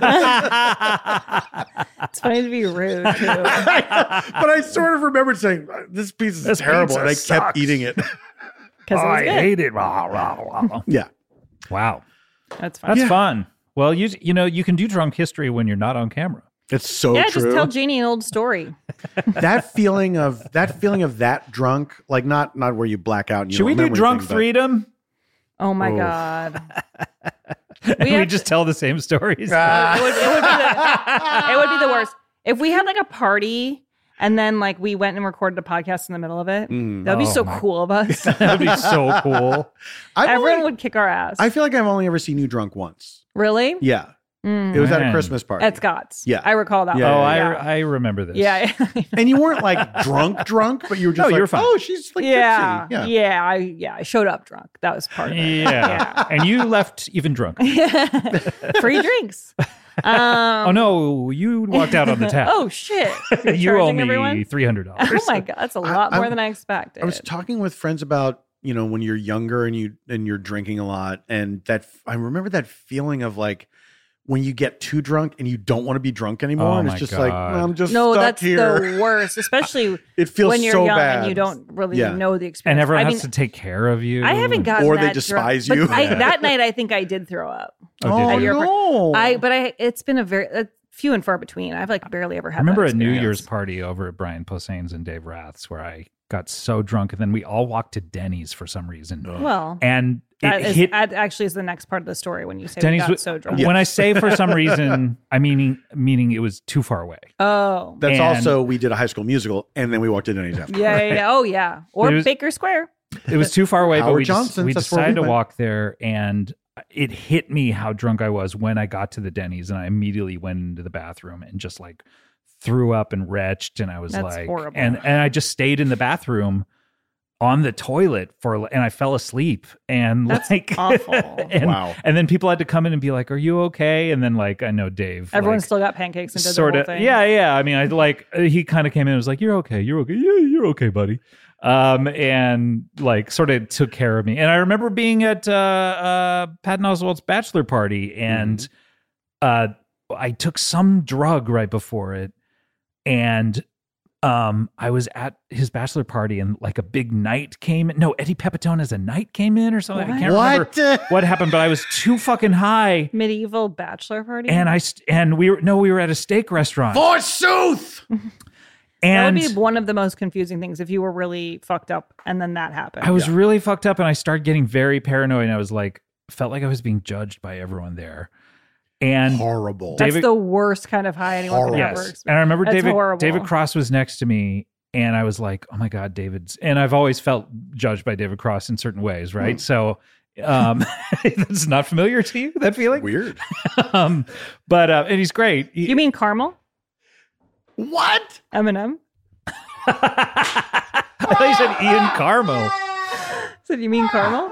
Speaker 2: funny to be
Speaker 3: [LAUGHS]
Speaker 2: rude. Too.
Speaker 3: but I sort of remembered saying, "Uh, "This pizza is
Speaker 1: This
Speaker 3: terrible,"
Speaker 1: pizza
Speaker 3: and I kept
Speaker 1: sucks.
Speaker 3: eating
Speaker 1: [LAUGHS]
Speaker 3: it.
Speaker 2: Because
Speaker 1: I
Speaker 2: good.
Speaker 1: hate it. Rah, rah, rah.
Speaker 3: yeah,
Speaker 1: wow,
Speaker 2: That's fine.
Speaker 1: that's
Speaker 3: Yeah.
Speaker 1: fun. Well, you you know you can do drunk history when you're not on camera.
Speaker 3: it's so
Speaker 2: yeah,
Speaker 3: true.
Speaker 2: just tell Janie an old story.
Speaker 3: [LAUGHS] that feeling of that feeling of that drunk, like not not where you black out. And you
Speaker 1: Should we
Speaker 3: don't
Speaker 1: do
Speaker 3: remember
Speaker 1: drunk
Speaker 3: anything,
Speaker 2: [LAUGHS]
Speaker 3: but-
Speaker 1: freedom?
Speaker 2: Oh my
Speaker 3: Oof. [LAUGHS]
Speaker 2: god.
Speaker 1: And [LAUGHS] we
Speaker 2: have
Speaker 1: just tell the same stories. [LAUGHS]
Speaker 2: it, would, it would be [LAUGHS] the, it would be the worst if we had like a party and then like we went and recorded a podcast in the middle of it.
Speaker 3: Mm.
Speaker 2: That would be
Speaker 1: Oh
Speaker 2: so
Speaker 1: my-
Speaker 2: cool of
Speaker 3: [LAUGHS]
Speaker 2: us.
Speaker 1: That'd be so cool.
Speaker 2: [LAUGHS]
Speaker 3: I've
Speaker 2: Everyone
Speaker 3: only-
Speaker 2: would kick our ass.
Speaker 3: I feel like I've only ever seen you drunk once.
Speaker 2: really?
Speaker 3: Yeah,
Speaker 2: Mm.
Speaker 3: it was at a
Speaker 1: Man.
Speaker 3: Christmas party.
Speaker 2: At Scott's.
Speaker 3: Yeah.
Speaker 2: I recall that.
Speaker 3: Yeah,
Speaker 1: oh,
Speaker 2: one.
Speaker 1: I
Speaker 2: yeah.
Speaker 1: I remember this.
Speaker 2: yeah. [LAUGHS]
Speaker 3: and you weren't like drunk, drunk, but you were just
Speaker 1: No,
Speaker 3: like,
Speaker 1: you were fine.
Speaker 3: "Oh, she's like,
Speaker 2: yeah.
Speaker 3: tipsy."
Speaker 2: yeah.
Speaker 3: yeah,
Speaker 2: I yeah, I showed up drunk. That was [LAUGHS] part of
Speaker 1: [LAUGHS]
Speaker 2: it.
Speaker 1: yeah. And you left even drunk.
Speaker 2: Free drinks. Um,
Speaker 1: Oh no, you walked
Speaker 2: [LAUGHS]
Speaker 1: out on the tap.
Speaker 2: oh shit. You're
Speaker 1: you owe
Speaker 2: charging
Speaker 1: me
Speaker 2: everyone?
Speaker 1: three hundred dollars.
Speaker 2: [LAUGHS] Oh my god, that's a
Speaker 3: I-
Speaker 2: lot more
Speaker 3: I'm-
Speaker 2: than I expected.
Speaker 3: I was talking with friends about you know when you're younger and you and you're drinking a lot and that I remember that feeling of like when you get too drunk and you don't want to be drunk anymore
Speaker 1: Oh
Speaker 3: and
Speaker 1: my
Speaker 3: it's just like
Speaker 1: God.
Speaker 3: "Well, I'm just
Speaker 2: no,
Speaker 3: stuck
Speaker 2: that's
Speaker 3: here.
Speaker 2: the worst, especially
Speaker 3: it feels
Speaker 2: when you're
Speaker 3: so
Speaker 2: young
Speaker 3: bad.
Speaker 2: and you don't really
Speaker 3: Yeah.
Speaker 2: know the experience.
Speaker 1: And everyone
Speaker 2: I
Speaker 1: has to take care of you.
Speaker 2: I haven't gotten
Speaker 3: Or
Speaker 2: that
Speaker 3: they
Speaker 2: drunk,
Speaker 3: despise
Speaker 2: but
Speaker 3: you.
Speaker 2: I,
Speaker 3: [LAUGHS] Yeah.
Speaker 2: that night, I think I did throw up.
Speaker 1: Oh,
Speaker 3: Oh
Speaker 1: did you?
Speaker 2: your-
Speaker 3: no!
Speaker 2: I but I it's been a very a few and far between. I've like barely ever had.
Speaker 1: I remember
Speaker 2: that
Speaker 1: a New
Speaker 2: experience.
Speaker 1: Year's party over at Brian Posehn's and Dave Rath's where I got so drunk and then we all walked to Denny's for some reason.
Speaker 2: Well,
Speaker 1: And
Speaker 2: that
Speaker 1: it
Speaker 2: is
Speaker 1: hit
Speaker 2: that actually is the next part of the story when you say
Speaker 1: Denny's
Speaker 2: we got
Speaker 1: w-
Speaker 2: so drunk.
Speaker 1: when I say for
Speaker 3: [LAUGHS]
Speaker 1: some reason, I mean meaning it was too far away.
Speaker 2: Oh,
Speaker 3: that's
Speaker 1: and-
Speaker 3: also we did a High School Musical and then we walked into Denny's after.
Speaker 2: yeah, yeah, yeah. Oh, yeah. Or
Speaker 1: There's-
Speaker 2: Baker Square.
Speaker 1: It was too far away, but
Speaker 3: Howard
Speaker 1: we, just-
Speaker 3: Johnson's,
Speaker 1: we
Speaker 3: that's where we
Speaker 1: decided to
Speaker 3: went.
Speaker 1: walk there and it hit me how drunk I was when I got to the Denny's and I immediately went into the bathroom and just like threw up and retched and I was
Speaker 2: That's
Speaker 1: like
Speaker 2: horrible.
Speaker 1: and and I just stayed in the bathroom on the toilet for and I fell asleep and [LAUGHS]
Speaker 2: That's
Speaker 1: like
Speaker 2: awful.
Speaker 1: [LAUGHS] and,
Speaker 3: Wow.
Speaker 1: and then people had to come in and be like are you okay and then like I know Dave
Speaker 2: Everyone
Speaker 1: like,
Speaker 2: still got pancakes and did
Speaker 1: sort
Speaker 2: the
Speaker 1: of
Speaker 2: whole thing.
Speaker 1: yeah yeah i mean i like uh, he kind of came in and was like you're okay you're okay yeah you're okay buddy um and like sort of took care of me and i remember being at uh uh patton oswald's bachelor party and uh i took some drug right before it and um i was at his bachelor party and like a big knight came in no eddie pepitone as a knight came in or something i can't remember
Speaker 3: What?
Speaker 1: what happened but i was too
Speaker 2: [LAUGHS]
Speaker 1: fucking high
Speaker 2: Medieval bachelor party.
Speaker 1: and i st- and we were no we were at a steak restaurant
Speaker 3: [LAUGHS] Forsooth!
Speaker 2: that
Speaker 1: and
Speaker 2: would be one of the most confusing things if you were really fucked up and then that happened.
Speaker 1: I was really fucked up and I started getting very paranoid and I was like felt like I was being judged by everyone there. And
Speaker 3: Horrible.
Speaker 1: Dave-
Speaker 2: That's
Speaker 1: David-
Speaker 2: the worst kind of high anyone could
Speaker 3: Horrible.
Speaker 2: ever
Speaker 1: yes.
Speaker 2: experience.
Speaker 1: And I remember
Speaker 2: That's
Speaker 1: David
Speaker 2: horrible.
Speaker 1: David Cross was next to me and I was like, "Oh my god, David's." And I've always felt judged by David Cross in certain ways, right? So Um, [LAUGHS] that's not familiar to you, that feeling?
Speaker 4: Weird.
Speaker 1: Um, but, uh, and he's great. He-
Speaker 2: You mean caramel?
Speaker 3: What?
Speaker 2: Eminem?
Speaker 1: [LAUGHS] I thought you said Ian Carmel.
Speaker 2: So do you mean
Speaker 1: [LAUGHS]
Speaker 2: caramel?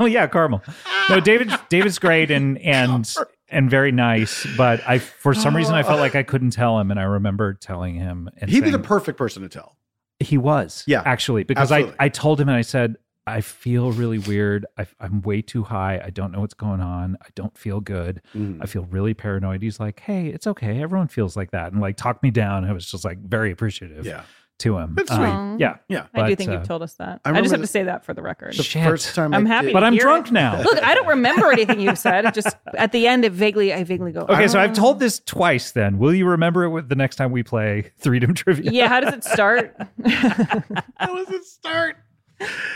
Speaker 1: oh [LAUGHS] yeah, Carmel. No, David. David's great and and and very nice, but I for some reason I felt like I couldn't tell him, and I remember telling him. And
Speaker 3: Oh. He'd be the
Speaker 1: saying-
Speaker 3: perfect person to tell.
Speaker 1: he was
Speaker 3: Yeah,
Speaker 1: actually because I
Speaker 3: absolutely.
Speaker 1: I told him and I said I feel really weird. I, I'm way too high. I don't know what's going on. I don't feel good.
Speaker 3: Mm.
Speaker 1: I feel really paranoid. He's like, hey, it's okay. Everyone feels like that, and like talked me down. I was just like very appreciative
Speaker 3: Yeah.
Speaker 1: to him.
Speaker 3: That's
Speaker 1: Um,
Speaker 3: sweet.
Speaker 2: Aw.
Speaker 1: yeah.
Speaker 2: I do
Speaker 1: But,
Speaker 2: think
Speaker 1: uh,
Speaker 2: you've told us that.
Speaker 3: I
Speaker 2: I, just
Speaker 3: remember
Speaker 2: have to say that for the record.
Speaker 3: The
Speaker 1: Shit.
Speaker 3: first time
Speaker 2: I'm
Speaker 3: I
Speaker 2: happy
Speaker 3: did-
Speaker 1: But I'm
Speaker 2: Hear
Speaker 1: drunk
Speaker 2: it.
Speaker 1: now.
Speaker 2: Look, I don't remember anything you said. It
Speaker 1: [LAUGHS]
Speaker 2: Just at the end, it vaguely, I vaguely go.
Speaker 1: Okay, so I've
Speaker 2: "Ah."
Speaker 1: told this twice then. Will you remember it with the next time we play [LAUGHS] Freedom Trivia?
Speaker 2: Yeah, how does it start? [LAUGHS]
Speaker 3: How does it start?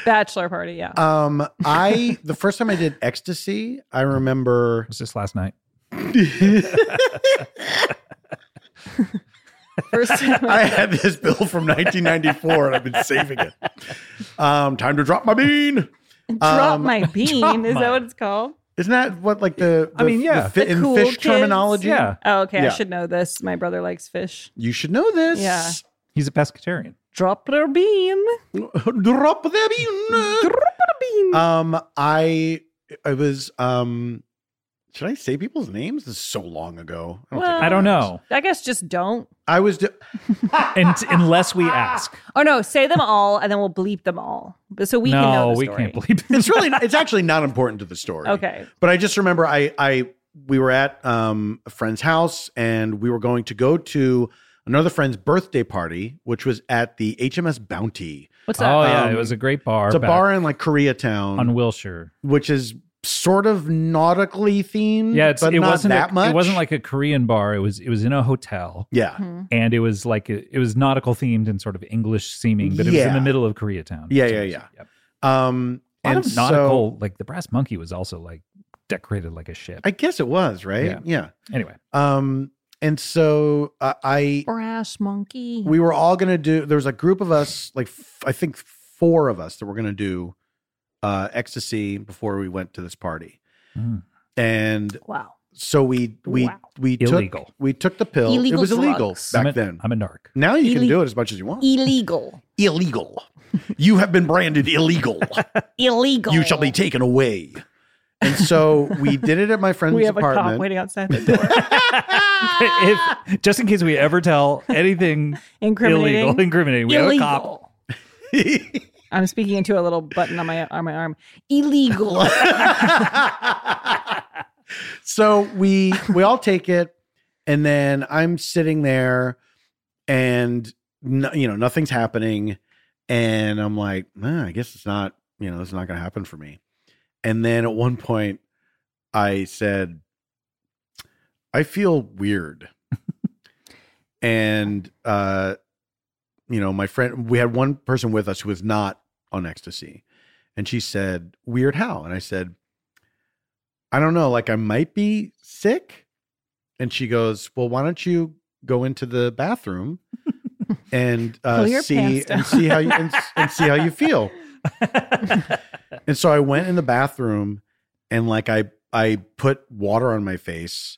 Speaker 2: Bachelor party. Yeah.
Speaker 3: Um, I the first time I did ecstasy, I remember
Speaker 1: Was this last night?
Speaker 2: First time I- [LAUGHS]
Speaker 3: [LAUGHS] I had this bill from 1994 and I've been saving it. Um, time to drop my bean.
Speaker 2: drop
Speaker 3: um,
Speaker 2: my bean.
Speaker 1: drop
Speaker 2: is
Speaker 1: my-
Speaker 2: that what it's called?
Speaker 3: Isn't that what like the,
Speaker 1: I
Speaker 3: the-
Speaker 1: mean, yeah.
Speaker 3: the fit
Speaker 2: The
Speaker 3: and
Speaker 2: cool
Speaker 3: fish
Speaker 2: kids.
Speaker 3: terminology?
Speaker 1: Yeah,
Speaker 2: Oh, okay.
Speaker 3: Yeah.
Speaker 2: I should know this. My brother likes fish.
Speaker 3: You should know this.
Speaker 2: Yeah.
Speaker 1: he's a pescatarian.
Speaker 2: Drop their bean.
Speaker 3: drop the
Speaker 2: Drop their bean.
Speaker 3: bean. Um, I I was um should I say people's names? This is so long ago. think
Speaker 2: Well-
Speaker 1: I don't know.
Speaker 2: I guess just don't.
Speaker 3: I was do-
Speaker 1: And unless we ask.
Speaker 2: Oh no, say them all, and then we'll bleep them all, but so [LAUGHS] we
Speaker 1: no,
Speaker 2: can know the
Speaker 1: we
Speaker 2: story.
Speaker 1: can't believe [LAUGHS]
Speaker 3: it's really it's actually not important to the story.
Speaker 2: Okay.
Speaker 3: But I just remember I I we were at um, a friend's house and we were going to go to another friend's birthday party, which was at the HMS Bounty.
Speaker 2: What's that?
Speaker 1: Oh yeah,
Speaker 3: Um,
Speaker 1: it was a great bar.
Speaker 3: It's a
Speaker 1: back
Speaker 3: bar in like Koreatown,
Speaker 1: on Wilshire.
Speaker 3: which is sort of nautically themed.
Speaker 1: Yeah, it's,
Speaker 3: Mm, but
Speaker 1: it
Speaker 3: not
Speaker 1: wasn't
Speaker 3: that
Speaker 1: a,
Speaker 3: much.
Speaker 1: It wasn't like a Korean bar. It was it was in a hotel,
Speaker 3: yeah,
Speaker 2: Hmm.
Speaker 1: and it was like it was nautical themed and sort of English seeming, but it was in
Speaker 3: Yeah.
Speaker 1: the middle of Koreatown.
Speaker 3: Yeah, yeah, yeah.
Speaker 1: Yep.
Speaker 3: um,
Speaker 1: A lot
Speaker 3: and
Speaker 1: of
Speaker 3: so
Speaker 1: nautical, like the brass monkey was also like decorated like a ship.
Speaker 3: I guess it was right.
Speaker 1: Yeah.
Speaker 3: Yeah.
Speaker 1: anyway,
Speaker 3: Um, and so uh, I
Speaker 2: Brass monkey.
Speaker 3: we were all gonna do there was a group of us like f- i think four of us that were gonna do uh ecstasy before we went to this party
Speaker 1: Mm.
Speaker 3: and
Speaker 2: wow.
Speaker 3: so we we
Speaker 2: Wow.
Speaker 3: we
Speaker 1: Illegal.
Speaker 3: took we took the pill it
Speaker 2: Illegal
Speaker 3: was illegal
Speaker 2: drugs.
Speaker 3: back
Speaker 1: I'm a-
Speaker 3: then
Speaker 1: I'm a narc.
Speaker 3: now you can
Speaker 2: Ille-
Speaker 3: do it as much as you want
Speaker 2: Illegal.
Speaker 3: illegal you have been branded
Speaker 2: [LAUGHS]
Speaker 3: illegal
Speaker 2: Illegal.
Speaker 3: you shall be taken away and so we did it at my
Speaker 2: [LAUGHS]
Speaker 3: friend's
Speaker 2: We have a cop
Speaker 3: apartment
Speaker 2: waiting outside the door.
Speaker 1: if just in case we ever tell anything
Speaker 2: [LAUGHS] Incriminating.
Speaker 1: illegal, [LAUGHS] incriminating, we
Speaker 2: Illegal.
Speaker 1: have a cop.
Speaker 2: I'm speaking into a little button on my on my arm. Illegal.
Speaker 3: [LAUGHS] so we we all take it and then i'm sitting there and no, you know nothing's happening and i'm like "Ah, i guess it's not you know it's not gonna happen for me and then at one point i said i
Speaker 2: [LAUGHS]
Speaker 3: feel weird and uh you know my friend we had one person with us who was not on ecstasy and she said weird how and i said I don't know, like I might be sick. And she goes, Well, why don't you go into the
Speaker 2: [LAUGHS]
Speaker 3: bathroom and uh,
Speaker 2: Pull your
Speaker 3: see
Speaker 2: pants down.
Speaker 3: and see how you and, and see how you feel.
Speaker 1: [LAUGHS]
Speaker 3: And so I went in the bathroom and like I I put water on my face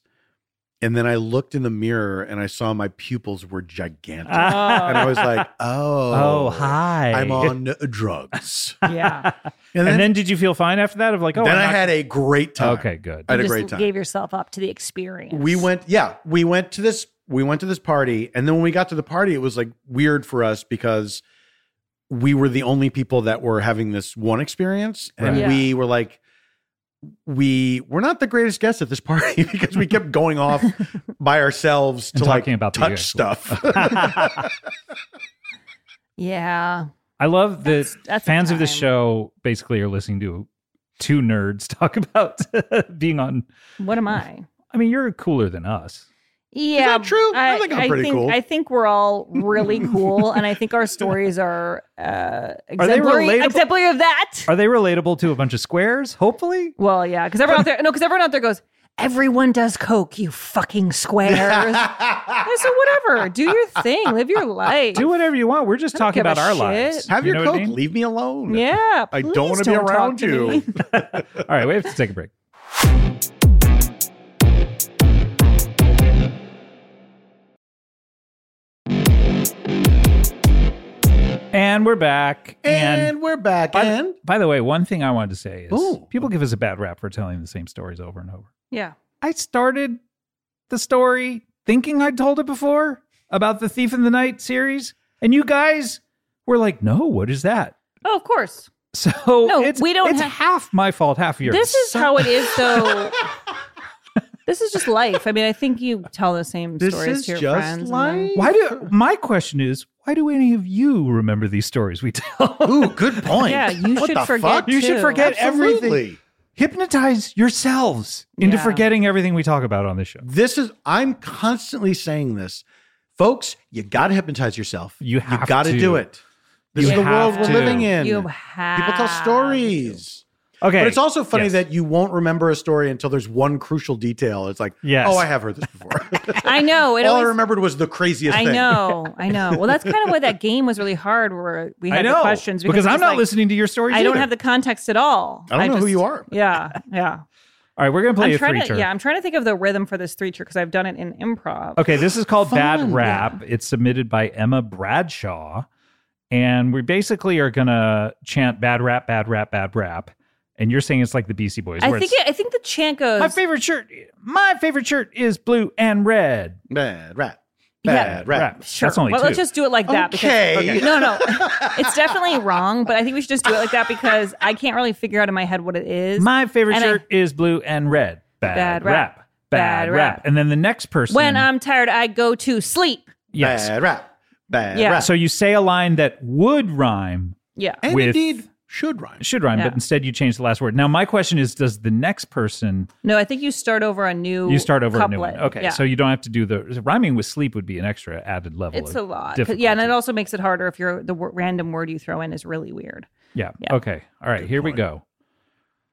Speaker 3: and then I looked in the mirror and I saw my pupils were gigantic. and I was
Speaker 1: [LAUGHS]
Speaker 3: like, Oh,
Speaker 1: oh, hi.
Speaker 3: I'm on
Speaker 1: [LAUGHS]
Speaker 3: drugs.
Speaker 2: yeah.
Speaker 1: And then, did you feel fine after that? Of like, oh,
Speaker 3: then
Speaker 1: I'm
Speaker 3: I
Speaker 1: not-
Speaker 3: had a great time.
Speaker 1: Okay, good.
Speaker 3: I [LAUGHS] had a
Speaker 2: You
Speaker 3: great
Speaker 2: just
Speaker 3: time.
Speaker 2: Gave yourself up to the experience.
Speaker 3: we went yeah we went to this we went to this party and then when we got to the party it was like weird for us because we were the only people that were having this one experience and
Speaker 1: Right.
Speaker 2: Yeah.
Speaker 3: we were like we were not the greatest guests at this party [LAUGHS] because we kept going
Speaker 1: [LAUGHS]
Speaker 3: off by ourselves to
Speaker 1: And
Speaker 3: like
Speaker 1: talking about the
Speaker 3: touch
Speaker 1: actual-
Speaker 3: stuff
Speaker 1: [LAUGHS]
Speaker 3: [LAUGHS]
Speaker 2: Yeah.
Speaker 1: I love that
Speaker 2: That's- that's a
Speaker 1: fans of this
Speaker 2: time.
Speaker 1: show basically are listening to two nerds [LAUGHS] talk about being on.
Speaker 2: What am I?
Speaker 1: I mean, you're cooler than us.
Speaker 2: Yeah,
Speaker 3: that true? I think I'm pretty
Speaker 2: think,
Speaker 3: cool.
Speaker 2: I think we're all
Speaker 3: [LAUGHS]
Speaker 2: really cool, and I think our stories are uh,
Speaker 1: they
Speaker 2: exemplary,
Speaker 1: relatable?
Speaker 2: exemplary of that.
Speaker 1: Are they relatable to a bunch of squares? Hopefully.
Speaker 2: well, yeah, because everyone out there, no, because everyone out there goes, everyone does coke, you fucking
Speaker 3: [LAUGHS]
Speaker 2: squares. I said, whatever, do your thing, live your life.
Speaker 1: Do whatever you want. We're just
Speaker 2: I don't
Speaker 1: talking
Speaker 2: give a
Speaker 1: about our
Speaker 2: shit.
Speaker 1: lives.
Speaker 3: Have
Speaker 1: You
Speaker 3: your
Speaker 1: know
Speaker 3: coke.
Speaker 1: what I mean?
Speaker 3: Leave me alone.
Speaker 2: yeah.
Speaker 3: I don't
Speaker 2: please
Speaker 3: wanna be
Speaker 2: talk
Speaker 3: around
Speaker 2: to
Speaker 3: you.
Speaker 2: me.
Speaker 1: All right, we have to take a break. And we're back.
Speaker 3: [LAUGHS] And, we're back.
Speaker 1: by, the-
Speaker 3: And
Speaker 1: by the way, one thing I wanted to say is
Speaker 3: Ooh.
Speaker 1: people give us a bad rap for telling the same stories over and over.
Speaker 2: [LAUGHS] yeah.
Speaker 1: I started the story thinking I'd told it before about the Thief in the Night series, and you guys were like, "No, what is that?" [LAUGHS]
Speaker 2: Oh, of course.
Speaker 1: So
Speaker 2: No,
Speaker 1: it's,
Speaker 2: we don't
Speaker 1: It's
Speaker 2: ha-
Speaker 1: half my fault, half yours.
Speaker 2: This is how it is,
Speaker 3: [LAUGHS]
Speaker 2: though. this is just life. I mean, I think you tell the same
Speaker 3: This
Speaker 2: stories
Speaker 3: is
Speaker 2: to your
Speaker 3: just
Speaker 2: friends. and
Speaker 3: life.
Speaker 2: then-
Speaker 1: Why do my question is why do any of you remember these stories we tell? [LAUGHS]
Speaker 3: Ooh, good
Speaker 2: [LAUGHS]
Speaker 3: point.
Speaker 2: Yeah, you
Speaker 3: What
Speaker 2: should
Speaker 3: the
Speaker 2: forget.
Speaker 3: fuck?
Speaker 1: You should
Speaker 2: too.
Speaker 1: forget everything.
Speaker 3: Absolutely.
Speaker 1: Hypnotize yourselves into
Speaker 2: Yeah.
Speaker 1: forgetting everything we talk about on this show.
Speaker 3: This is I'm constantly saying this. Folks, you gotta hypnotize yourself.
Speaker 1: You have
Speaker 3: gotta
Speaker 1: to.
Speaker 3: do it. This
Speaker 1: You
Speaker 3: is the
Speaker 1: have
Speaker 3: world we're
Speaker 1: to.
Speaker 3: living in.
Speaker 2: You
Speaker 3: People
Speaker 2: have
Speaker 3: tell stories.
Speaker 1: Okay.
Speaker 3: But it's also funny
Speaker 1: Yes.
Speaker 3: that you won't remember a story until there's one crucial detail. It's like,
Speaker 1: Yes.
Speaker 3: oh, I have heard this
Speaker 2: [LAUGHS]
Speaker 3: before.
Speaker 2: I know. It
Speaker 3: All I
Speaker 2: always-
Speaker 3: remembered was the craziest
Speaker 2: I
Speaker 3: thing.
Speaker 2: know. I know. Well, that's kind of why that game was really hard, where we
Speaker 1: I
Speaker 2: had
Speaker 1: know
Speaker 2: the questions
Speaker 1: because,
Speaker 2: it
Speaker 1: I'm
Speaker 2: was
Speaker 1: not
Speaker 2: like,
Speaker 1: listening to your stories.
Speaker 2: I don't
Speaker 1: either.
Speaker 2: have the context at all.
Speaker 3: I don't know who
Speaker 2: just-
Speaker 3: you are.
Speaker 2: Yeah, yeah.
Speaker 1: All right, we're gonna play
Speaker 2: I'm
Speaker 1: a
Speaker 2: trying
Speaker 1: three
Speaker 2: to. Yeah, I'm trying to think of the rhythm for this three cheer because I've done it in improv.
Speaker 1: Okay, this is called Bad
Speaker 3: Fun.
Speaker 1: Rap. It's submitted by Emma Bradshaw. And we basically are going to chant bad rap, bad rap, bad rap. And you're saying it's like the Beastie Boys.
Speaker 2: I
Speaker 1: where
Speaker 2: think.
Speaker 1: it's,
Speaker 2: It, I think the chant goes.
Speaker 1: my favorite shirt, my favorite shirt is blue and red.
Speaker 3: Bad rap.
Speaker 2: Yeah.
Speaker 3: Bad rap.
Speaker 2: Sure.
Speaker 1: That's only
Speaker 2: well,
Speaker 1: two.
Speaker 2: let's just do it like that.
Speaker 3: Okay.
Speaker 2: Because, No, no. It's definitely wrong, but I think we should just do it like that because I can't really figure out in my head what it is.
Speaker 1: my favorite
Speaker 2: and I-
Speaker 1: shirt is blue and red. Bad,
Speaker 2: Bad
Speaker 1: rap,
Speaker 2: rap.
Speaker 1: bad
Speaker 2: Bad
Speaker 1: rap.
Speaker 2: rap.
Speaker 1: And then the next person.
Speaker 2: when I'm tired, I go to sleep.
Speaker 1: yes.
Speaker 3: Bad rap. Bad
Speaker 2: Yeah.
Speaker 3: rap.
Speaker 1: So you say a line that would rhyme,
Speaker 2: Yeah.
Speaker 3: and
Speaker 1: with-
Speaker 3: indeed should rhyme.
Speaker 1: should rhyme,
Speaker 2: Yeah.
Speaker 1: but instead you change the last word. Now my question is, does the next person
Speaker 2: No, I think you start over a new.
Speaker 1: You start over
Speaker 2: couplet.
Speaker 1: a new one. Okay,
Speaker 2: Yeah.
Speaker 1: so you don't have to do the rhyming with sleep would be an extra added level.
Speaker 2: it's a
Speaker 1: of
Speaker 2: lot. 'Cause-
Speaker 1: difficulty.
Speaker 2: Yeah, and it also makes it harder if you're the w- random word you throw in is really weird.
Speaker 1: yeah.
Speaker 2: yeah.
Speaker 1: Okay. All right. here we go.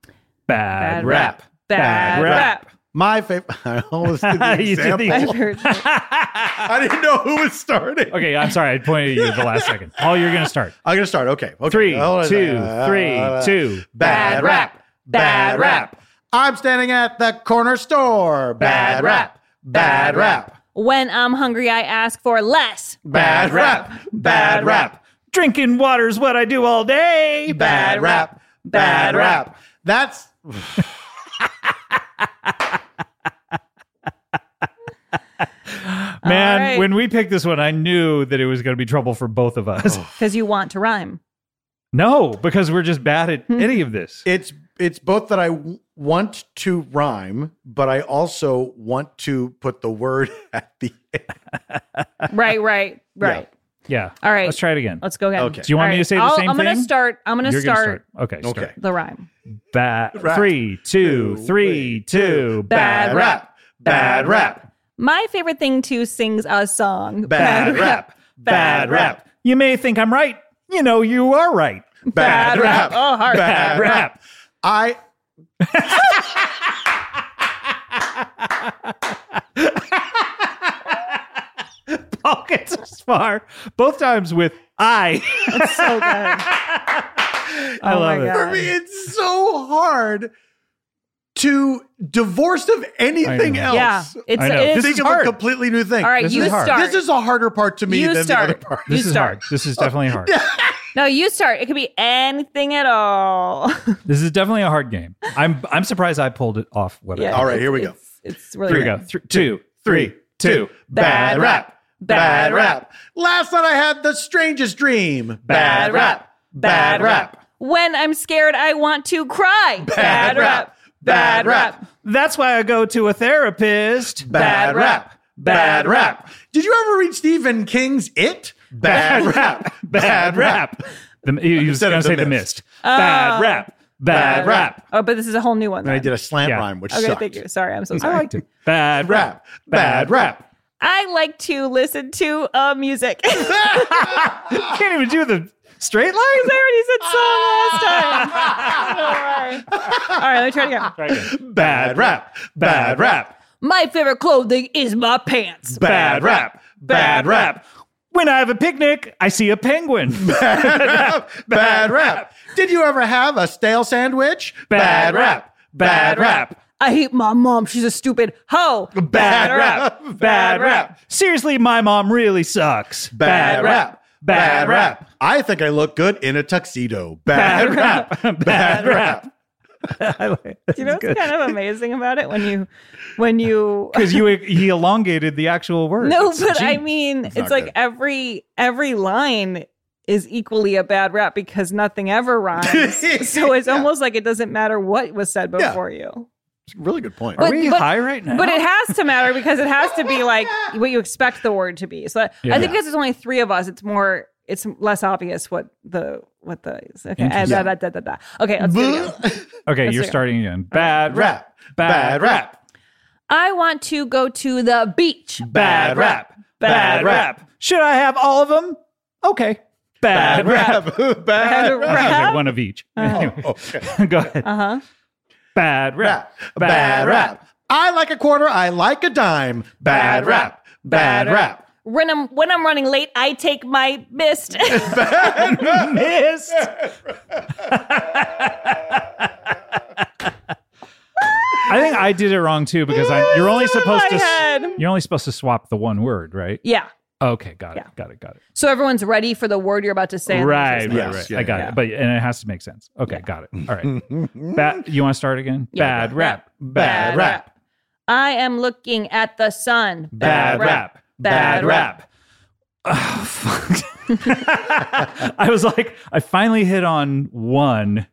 Speaker 1: Bad,
Speaker 2: Bad
Speaker 1: rap. Bad
Speaker 2: Bad
Speaker 1: rap.
Speaker 2: rap.
Speaker 3: My favorite. [LAUGHS] I almost did the
Speaker 1: [LAUGHS] You did the-
Speaker 3: example.
Speaker 2: I've heard that.
Speaker 3: I didn't know who was starting.
Speaker 1: [LAUGHS] okay. I'm sorry. I pointed at you at the last second. Paul, you're gonna
Speaker 3: [LAUGHS]
Speaker 1: start.
Speaker 3: I'm gonna start. Okay. okay.
Speaker 1: Three, two, three,
Speaker 3: Hold
Speaker 1: two.
Speaker 3: on a second. Uh, Bad
Speaker 2: Bad
Speaker 3: rap.
Speaker 2: rap. Bad rap.
Speaker 3: I'm standing at the corner store. Bad rap. Bad rap.
Speaker 2: When I'm hungry, I ask for less.
Speaker 3: Bad rap. Bad rap.
Speaker 1: Drinking water's what I do all day.
Speaker 3: Bad rap. Bad rap. That's
Speaker 1: Man,
Speaker 2: All right.
Speaker 1: when we picked this one, I knew that it was gonna be trouble for both of us.
Speaker 3: Oh.
Speaker 2: Because you want to rhyme.
Speaker 1: [LAUGHS] No, because we're just bad at
Speaker 2: Hmm.
Speaker 1: any of this.
Speaker 3: it's it's both that I w- want to rhyme, but I also want to put the word [LAUGHS] at the end.
Speaker 2: Right, right, right.
Speaker 1: [LAUGHS] Yeah.
Speaker 2: All right.
Speaker 1: Let's try it again.
Speaker 2: Let's go again.
Speaker 3: Okay.
Speaker 1: Do you want
Speaker 2: All
Speaker 1: me to
Speaker 2: right.
Speaker 1: say the
Speaker 2: I'll-
Speaker 1: same
Speaker 2: I'm gonna
Speaker 1: thing?
Speaker 2: start. I'm gonna
Speaker 1: You're
Speaker 2: start,
Speaker 1: gonna start. Okay. Start.
Speaker 3: Okay.
Speaker 2: the rhyme.
Speaker 1: Bad
Speaker 3: Rap.
Speaker 1: three, two, three, two. Bad.
Speaker 2: Bad rap.
Speaker 3: Bad rap.
Speaker 2: My favorite thing to sing's a song.
Speaker 3: Bad rap. Bad rap.
Speaker 1: You may think I'm right. You know you are right.
Speaker 3: [LAUGHS] Bad rap.
Speaker 2: Oh, hard.
Speaker 3: Bad
Speaker 1: [LAUGHS]
Speaker 3: rap. I
Speaker 1: Paul gets as far both times with I. [LAUGHS]
Speaker 2: That's so
Speaker 3: [LAUGHS]
Speaker 2: good.
Speaker 1: I
Speaker 2: Oh my
Speaker 1: love it.
Speaker 2: God.
Speaker 3: For me, it's so hard to divorce of anything
Speaker 1: I know.
Speaker 3: else.
Speaker 2: Yeah, it's
Speaker 1: I know.
Speaker 2: it is.
Speaker 1: This is
Speaker 3: Think of
Speaker 1: hard.
Speaker 3: a completely new thing.
Speaker 2: All right,
Speaker 1: this
Speaker 2: you
Speaker 1: is hard.
Speaker 2: start.
Speaker 3: This is a harder part to me
Speaker 2: You
Speaker 3: than
Speaker 2: start.
Speaker 3: the other part.
Speaker 1: This
Speaker 2: You
Speaker 1: is
Speaker 2: start.
Speaker 1: hard. This is
Speaker 3: [LAUGHS]
Speaker 1: definitely hard.
Speaker 2: no, you start. It could be anything at all. [LAUGHS]
Speaker 1: This is definitely a hard game. I'm I'm surprised I pulled it off. What I-
Speaker 2: yeah,
Speaker 3: All right, here we go.
Speaker 2: it's- It's really
Speaker 1: Here we
Speaker 2: good.
Speaker 1: go. Three, two,
Speaker 3: Three, two. Bad rap. Bad rap. Last night I had the strangest dream. Bad rap. Bad rap.
Speaker 2: When I'm scared, I want to cry.
Speaker 3: Bad rap. Bad rap.
Speaker 1: That's why I go to a therapist.
Speaker 3: Bad rap. Bad rap. Did you ever read Stephen King's It? Bad rap. [LAUGHS] Bad rap.
Speaker 1: The,
Speaker 3: [LAUGHS]
Speaker 1: he he was
Speaker 3: Instead
Speaker 1: going to
Speaker 3: of
Speaker 1: say
Speaker 3: the
Speaker 1: the
Speaker 3: mist. Ah.
Speaker 1: mist. bad rap. Bad,
Speaker 3: Bad
Speaker 1: rap.
Speaker 3: rap.
Speaker 2: Oh, but this is a whole new one.
Speaker 3: And I
Speaker 2: then.
Speaker 3: did a slant
Speaker 1: Yeah.
Speaker 3: rhyme, which
Speaker 2: Okay,
Speaker 3: sucked.
Speaker 2: thank you. Sorry, I'm so
Speaker 1: I
Speaker 2: sorry.
Speaker 1: liked it. Bad
Speaker 3: Rap. Bad rap.
Speaker 2: I like to listen to uh, music. [LAUGHS]
Speaker 1: You can't even do the
Speaker 2: I
Speaker 1: Straight line?
Speaker 2: already said so last
Speaker 3: [LAUGHS]
Speaker 2: time. Don't worry. All right, let me try it again.
Speaker 1: Try again.
Speaker 3: Bad rap. Bad rap.
Speaker 2: My favorite clothing is my pants.
Speaker 3: Bad rap. Bad rap.
Speaker 1: When I have a picnic, I see a penguin.
Speaker 3: [LAUGHS] Bad rap. Bad rap. Did you ever have a stale sandwich? Bad
Speaker 1: Bad rap.
Speaker 3: rap.
Speaker 1: Bad
Speaker 3: Bad
Speaker 1: rap.
Speaker 3: rap.
Speaker 2: I hate my mom. She's a stupid hoe.
Speaker 1: Bad [LAUGHS] rap. Bad
Speaker 2: Bad
Speaker 1: rap.
Speaker 2: rap.
Speaker 1: Seriously, my mom really sucks.
Speaker 3: Bad rap.
Speaker 1: Bad rap.
Speaker 3: I think I look good in a tuxedo. Bad rap. Bad rap.
Speaker 1: [LAUGHS] I like-
Speaker 2: You know
Speaker 1: that's
Speaker 2: what's
Speaker 1: good.
Speaker 2: kind of amazing about it when you, when you.
Speaker 1: Because you e-, he elongated the actual word.
Speaker 2: [LAUGHS] No,
Speaker 1: It's
Speaker 2: but I
Speaker 1: cheap.
Speaker 2: mean, it's,
Speaker 3: not
Speaker 2: like
Speaker 3: good.
Speaker 2: every every line is equally a bad rap because nothing ever rhymes. so it's
Speaker 3: Yeah.
Speaker 2: almost like it doesn't matter what was said
Speaker 3: Yeah.
Speaker 2: before you.
Speaker 3: Really good point.
Speaker 1: are
Speaker 2: but-
Speaker 1: we
Speaker 2: but-
Speaker 1: high right now?
Speaker 2: But it has to matter because it has to
Speaker 1: [LAUGHS]
Speaker 2: be like what you expect the word to be. So that-
Speaker 1: Yeah.
Speaker 2: I think because there's only three of us, it's more, it's less obvious what the what the okay.
Speaker 1: Interesting.
Speaker 2: da, da, da, da, da. Okay, let's do it again.
Speaker 1: okay,
Speaker 2: Let's do
Speaker 1: you're
Speaker 2: it.
Speaker 1: starting again. Bad rap.
Speaker 3: Rap. Bad rap.
Speaker 2: I want to go to the beach.
Speaker 1: Bad rap. Bad
Speaker 2: Bad
Speaker 1: rap. Should I have all of them? Okay.
Speaker 3: Bad
Speaker 1: Bad
Speaker 3: rap.
Speaker 1: rap. [LAUGHS]
Speaker 2: Bad
Speaker 3: Bad
Speaker 1: That
Speaker 2: rap.
Speaker 3: rap.
Speaker 1: sounds like one of each. Anyway, [LAUGHS] Go ahead.
Speaker 2: Uh huh.
Speaker 1: Bad rap.
Speaker 3: Rap. Bad rap. I like a quarter. I like a dime. Bad rap. Bad rap.
Speaker 2: When I'm when I'm running late, I take my mist. [LAUGHS]
Speaker 1: Missed. [LAUGHS] I think I did it wrong too because I, you're only
Speaker 2: So in
Speaker 1: supposed
Speaker 2: my
Speaker 1: to s-
Speaker 2: head.
Speaker 1: you're only supposed to swap the one word, right?
Speaker 2: yeah.
Speaker 1: Okay, got it,
Speaker 2: Yeah.
Speaker 1: got it, got it.
Speaker 2: So everyone's ready for the word you're about to say. and then
Speaker 1: Right, right,
Speaker 2: it's
Speaker 3: Yes,
Speaker 1: right.
Speaker 3: yeah,
Speaker 1: I got
Speaker 2: yeah.
Speaker 1: it, but and it has to make sense. Okay, got it.
Speaker 3: [LAUGHS]
Speaker 1: All right. Bad. You want to start again?
Speaker 2: Yeah.
Speaker 1: Bad rap.
Speaker 3: Bad rap.
Speaker 2: I am looking at the sun.
Speaker 1: Bad rap. Bad
Speaker 2: Bad
Speaker 1: rap. Oh, fuck. [LAUGHS] I was like, I finally hit on one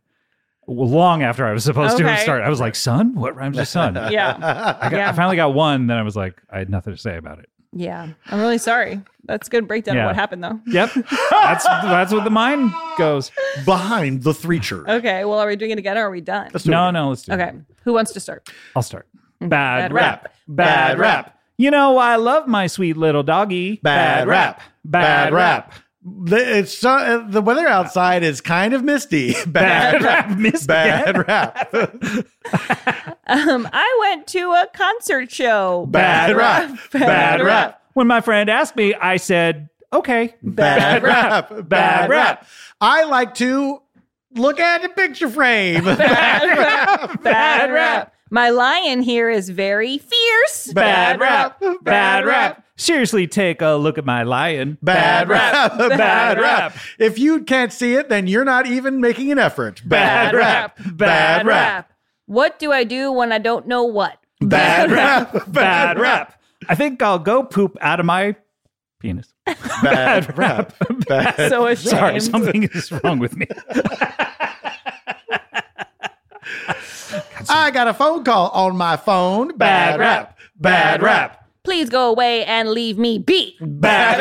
Speaker 1: long after I was supposed to
Speaker 2: Okay.
Speaker 1: start. I was like, son, what rhymes
Speaker 2: [LAUGHS]
Speaker 1: with son? I,
Speaker 2: Yeah.
Speaker 1: got- [LAUGHS] I
Speaker 2: Yeah.
Speaker 1: finally got one. Then I was like, I had nothing to say about it.
Speaker 2: Yeah. I'm really sorry. That's a good breakdown
Speaker 1: Yeah.
Speaker 2: of what happened though. [LAUGHS]
Speaker 1: Yep. That's that's what the mind goes.
Speaker 3: Behind the three church.
Speaker 2: Okay. Well, are we doing it again or are we done?
Speaker 3: Let's do it
Speaker 1: No,
Speaker 3: again.
Speaker 1: no, let's do it.
Speaker 2: Okay. Who wants to start?
Speaker 1: I'll start.
Speaker 3: Mm-hmm.
Speaker 1: Bad,
Speaker 2: Bad
Speaker 1: rap.
Speaker 2: rap.
Speaker 1: Bad rap. You know, I love my sweet little doggy.
Speaker 3: Bad rap.
Speaker 1: Bad rap.
Speaker 3: The, it's so, uh, the weather outside is kind of misty. [LAUGHS]
Speaker 1: Bad
Speaker 3: Bad rap.
Speaker 1: rap. Missed again.
Speaker 3: [LAUGHS] Bad rap.
Speaker 2: Um, I went to a concert show.
Speaker 3: Bad rap. Bad rap.
Speaker 1: When my friend asked me, I said, okay.
Speaker 3: Bad rap.
Speaker 1: Bad
Speaker 3: Bad
Speaker 1: rap.
Speaker 3: rap. I like to look at the picture [LAUGHS] frame.
Speaker 2: Bad rap. Bad rap. My lion here is very fierce.
Speaker 3: Bad rap. Bad rap.
Speaker 1: Seriously, take a look at my lion.
Speaker 3: Bad rap.
Speaker 1: Bad
Speaker 3: Bad
Speaker 1: rap.
Speaker 3: rap. If you can't see it, then you're not even making an effort.
Speaker 1: Bad
Speaker 3: Bad rap.
Speaker 1: rap. Bad
Speaker 3: Bad rap.
Speaker 2: rap. What do I do when I don't know
Speaker 1: [LAUGHS]
Speaker 2: what?
Speaker 3: Bad rap.
Speaker 1: Bad rap. I think I'll go poop out of my penis.
Speaker 3: Bad rap. Bad
Speaker 2: So ashamed.
Speaker 1: Sorry, something is wrong with me.
Speaker 3: I got a phone call on my phone. Bad rap. Bad rap.
Speaker 2: Please go away and leave me
Speaker 1: [LAUGHS]
Speaker 2: be.
Speaker 1: Bad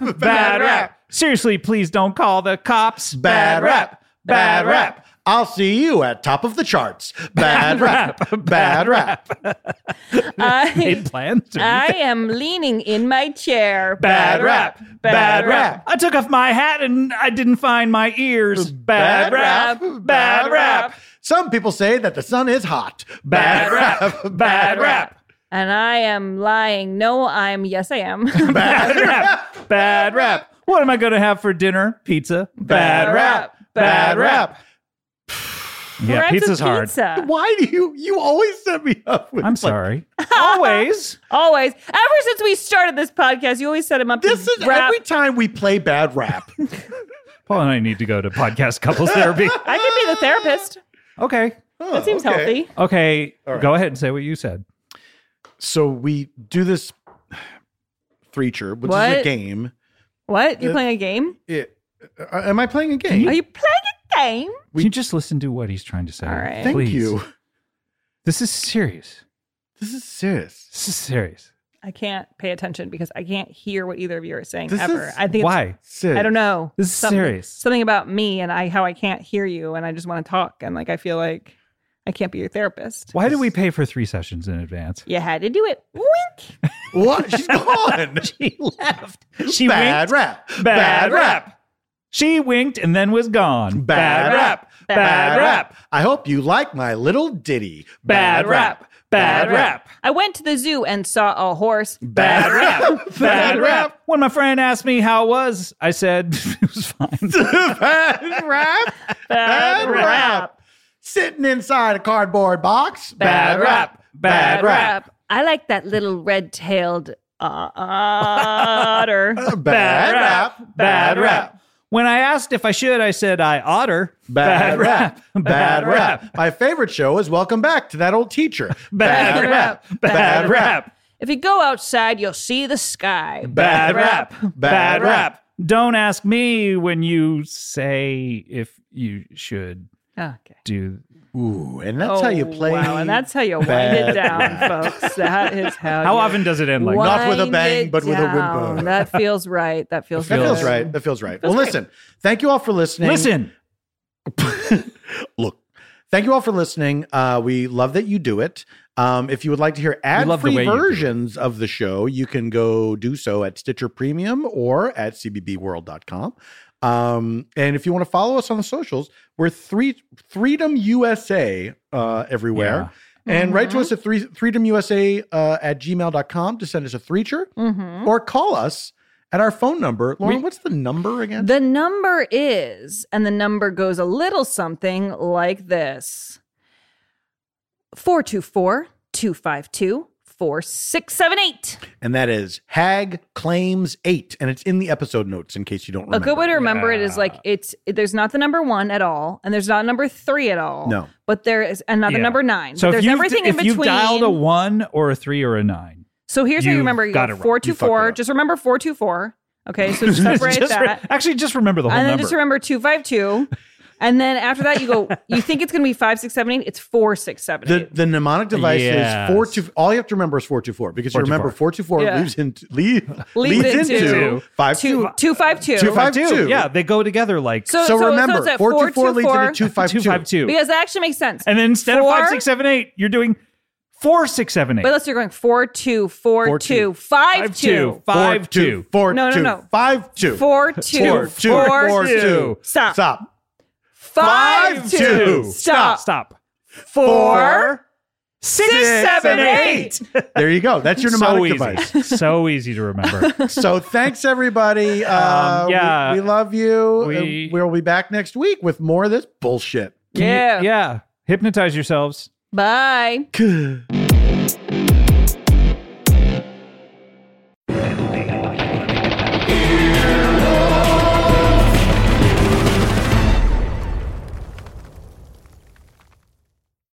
Speaker 3: rap.
Speaker 1: [LAUGHS] Bad rap. Seriously, please don't call the cops.
Speaker 3: Bad rap. Bad rap. I'll see you at top of the charts. Bad rap. Bad rap.
Speaker 2: I,
Speaker 1: Made plans. to-
Speaker 2: I am leaning in my chair.
Speaker 1: Bad rap.
Speaker 2: Bad rap.
Speaker 1: I took off my hat and I didn't find my ears. Bad rap. Bad rap.
Speaker 3: Some people say that the sun is hot.
Speaker 1: Bad rap. Bad rap.
Speaker 2: And I am lying. No, I'm. Yes, I am. [LAUGHS]
Speaker 1: Bad rap. Bad rap. What am I going to have for dinner? Pizza. Bad
Speaker 2: Bad
Speaker 1: rap.
Speaker 2: rap.
Speaker 1: Bad
Speaker 3: Bad
Speaker 1: rap.
Speaker 3: rap.
Speaker 1: Yeah,
Speaker 2: Lorenzo
Speaker 1: pizza's hard.
Speaker 2: pizza.
Speaker 3: Why do you you always set me up with
Speaker 1: I'm
Speaker 3: like,
Speaker 1: [LAUGHS] sorry. Always.
Speaker 2: Always. Ever since we started this podcast, you always set him up.
Speaker 3: this
Speaker 2: to
Speaker 3: is
Speaker 2: rap.
Speaker 3: every time we play bad rap.
Speaker 1: Paul and I need to go to podcast couples [LAUGHS] therapy.
Speaker 2: I could be the therapist.
Speaker 1: Okay.
Speaker 2: That seems
Speaker 3: Oh, okay.
Speaker 2: healthy.
Speaker 1: Okay. Go ahead and say what you said.
Speaker 3: So we do this [SIGHS] Threacher, which is a
Speaker 2: What?
Speaker 3: game.
Speaker 2: What? You're
Speaker 3: Uh,
Speaker 2: playing a game?
Speaker 3: It, uh, am I playing a game?
Speaker 2: [LAUGHS] Are you playing a game?
Speaker 1: Can you just listen to what he's trying to say?
Speaker 2: All right.
Speaker 3: Thank
Speaker 1: please?
Speaker 3: you.
Speaker 1: This is serious.
Speaker 3: This is serious.
Speaker 1: This is serious.
Speaker 2: I can't pay attention because I can't hear what either of you are saying
Speaker 3: This
Speaker 2: ever.
Speaker 3: is-
Speaker 2: I think it's-
Speaker 1: Why?
Speaker 3: Serious.
Speaker 2: I don't know.
Speaker 1: This is
Speaker 2: something,
Speaker 1: serious.
Speaker 2: Something about me and I how I can't hear you and I just want to talk and like I feel like I can't be your therapist.
Speaker 1: Why did we pay for three sessions in [LAUGHS] advance?
Speaker 2: You had to do it. Wink.
Speaker 3: What? She's gone.
Speaker 1: She left. She
Speaker 3: bad
Speaker 1: winked.
Speaker 3: rap.
Speaker 1: Bad rap. She winked and then was gone.
Speaker 3: Bad rap.
Speaker 1: Bad, rap.
Speaker 3: I hope you like my little ditty.
Speaker 1: Bad rap. Bad rap.
Speaker 2: I went to the zoo and saw a horse.
Speaker 1: Bad [LAUGHS] rap. Bad rap. When my friend asked me how it was, I said [LAUGHS] it was fine.
Speaker 3: Bad rap. Bad rap. Sitting inside a cardboard box.
Speaker 1: Bad rap. Bad rap.
Speaker 2: I like that little red-tailed uh, otter.
Speaker 3: Bad rap.
Speaker 1: Bad rap. When I asked if I should, I said I otter.
Speaker 3: Bad rap. Bad rap. My favorite show is Welcome Back to That Old Teacher.
Speaker 1: Bad rap. Bad rap.
Speaker 2: if you go outside, you'll see the sky.
Speaker 1: Bad rap. Bad
Speaker 3: Bad
Speaker 1: rap.
Speaker 3: rap.
Speaker 1: Don't ask me when you say if you should
Speaker 2: Okay.
Speaker 1: do.
Speaker 3: Ooh, and that's how you
Speaker 2: Oh,
Speaker 3: play.
Speaker 2: Wow, and that's how you wind
Speaker 3: Bad
Speaker 2: it down, folks. That is how.
Speaker 1: How
Speaker 2: you
Speaker 1: often does it end like that?
Speaker 3: Not with a
Speaker 2: wind
Speaker 3: bang,
Speaker 2: it
Speaker 3: but with a whimper.
Speaker 2: down. That feels right. That feels.
Speaker 3: that feels
Speaker 2: good.
Speaker 3: right. That feels right. well, listen. Thank you all for listening.
Speaker 1: Listen,
Speaker 3: Look. Thank you all for listening. Uh, we love that you do it. Um, if you would like to hear
Speaker 1: love the way
Speaker 3: ad-free
Speaker 1: you do it.
Speaker 3: versions of the show, you can go do so at Stitcher Premium or at cbbworld.com. Um, and if you want to follow us on the socials, we're three Freedom USA uh, everywhere. And write
Speaker 2: Mm-hmm.
Speaker 3: to us at three, freedomusa uh, at gmail.com to send us a threecher
Speaker 2: Mm-hmm.
Speaker 3: or call us at our phone number. Lauren, what's the number again?
Speaker 2: The number is, and the number goes a little something like this 424 252 4678.
Speaker 3: and that is Hag Claims Eight, and it's in the episode notes in case you don't
Speaker 2: A
Speaker 3: remember.
Speaker 2: good way to remember it is like it's there's not the number one at all, and there's not number three at all.
Speaker 3: No.
Speaker 2: But there is another
Speaker 1: Yeah.
Speaker 2: number nine.
Speaker 1: so
Speaker 2: but
Speaker 1: if
Speaker 2: there's
Speaker 1: you
Speaker 2: everything in
Speaker 1: if you
Speaker 2: between.
Speaker 1: dialed a one or a three or
Speaker 3: [LAUGHS]
Speaker 1: a nine,
Speaker 2: so here's how
Speaker 1: you
Speaker 2: you remember you
Speaker 1: got
Speaker 2: go
Speaker 1: it wrong. You
Speaker 3: fucked it
Speaker 2: 424.
Speaker 3: up.
Speaker 2: Just remember 424. Okay.
Speaker 1: [LAUGHS]
Speaker 2: So separate
Speaker 1: Just re-
Speaker 2: that.
Speaker 1: actually, just remember the whole
Speaker 2: and then
Speaker 1: number.
Speaker 2: just remember 252. And then after that, you go, you think it's going to be 5678. It's
Speaker 3: the
Speaker 2: 4678.
Speaker 3: the mnemonic device
Speaker 1: Yes.
Speaker 3: is four two. All you have to remember is four two four because you remember four two four
Speaker 2: Yeah.
Speaker 3: leaves into lead,
Speaker 2: Leads
Speaker 3: leads,
Speaker 2: into
Speaker 3: into five
Speaker 2: Two-
Speaker 3: two.
Speaker 2: 252.
Speaker 3: Two five
Speaker 1: Two.
Speaker 3: two.
Speaker 1: Yeah, they go together like
Speaker 2: So,
Speaker 3: So
Speaker 2: so
Speaker 3: remember,
Speaker 2: it's at
Speaker 3: four two four leads
Speaker 2: 424,
Speaker 3: into two five
Speaker 1: two five two,
Speaker 2: Because that actually makes sense.
Speaker 1: and then instead
Speaker 2: Four-
Speaker 1: of five six seven eight, you're doing four six seven eight.
Speaker 2: But unless you're going four two four
Speaker 3: Four,
Speaker 2: two
Speaker 3: two.
Speaker 2: five two
Speaker 1: five two.
Speaker 3: four
Speaker 2: No, no,
Speaker 3: two,
Speaker 2: no.
Speaker 3: five two
Speaker 2: four two
Speaker 3: four two
Speaker 2: four
Speaker 3: four
Speaker 1: two.
Speaker 3: two.
Speaker 2: Stop.
Speaker 3: Stop.
Speaker 2: five
Speaker 3: five,
Speaker 2: two
Speaker 3: two.
Speaker 2: stop
Speaker 1: Stop.
Speaker 2: four
Speaker 1: Six,
Speaker 2: seven eight.
Speaker 3: There you go. That's your
Speaker 1: So
Speaker 3: mnemonic
Speaker 1: easy.
Speaker 3: device.
Speaker 1: so easy to remember.
Speaker 3: So thanks everybody. Uh,
Speaker 1: [LAUGHS] Um, yeah.
Speaker 3: we, we love you.
Speaker 1: We-
Speaker 3: We, we'll be back next week with more of this
Speaker 1: [LAUGHS]
Speaker 3: bullshit.
Speaker 1: Can you-
Speaker 2: [LAUGHS] Yeah.
Speaker 1: yeah. Hypnotize yourselves.
Speaker 2: Bye.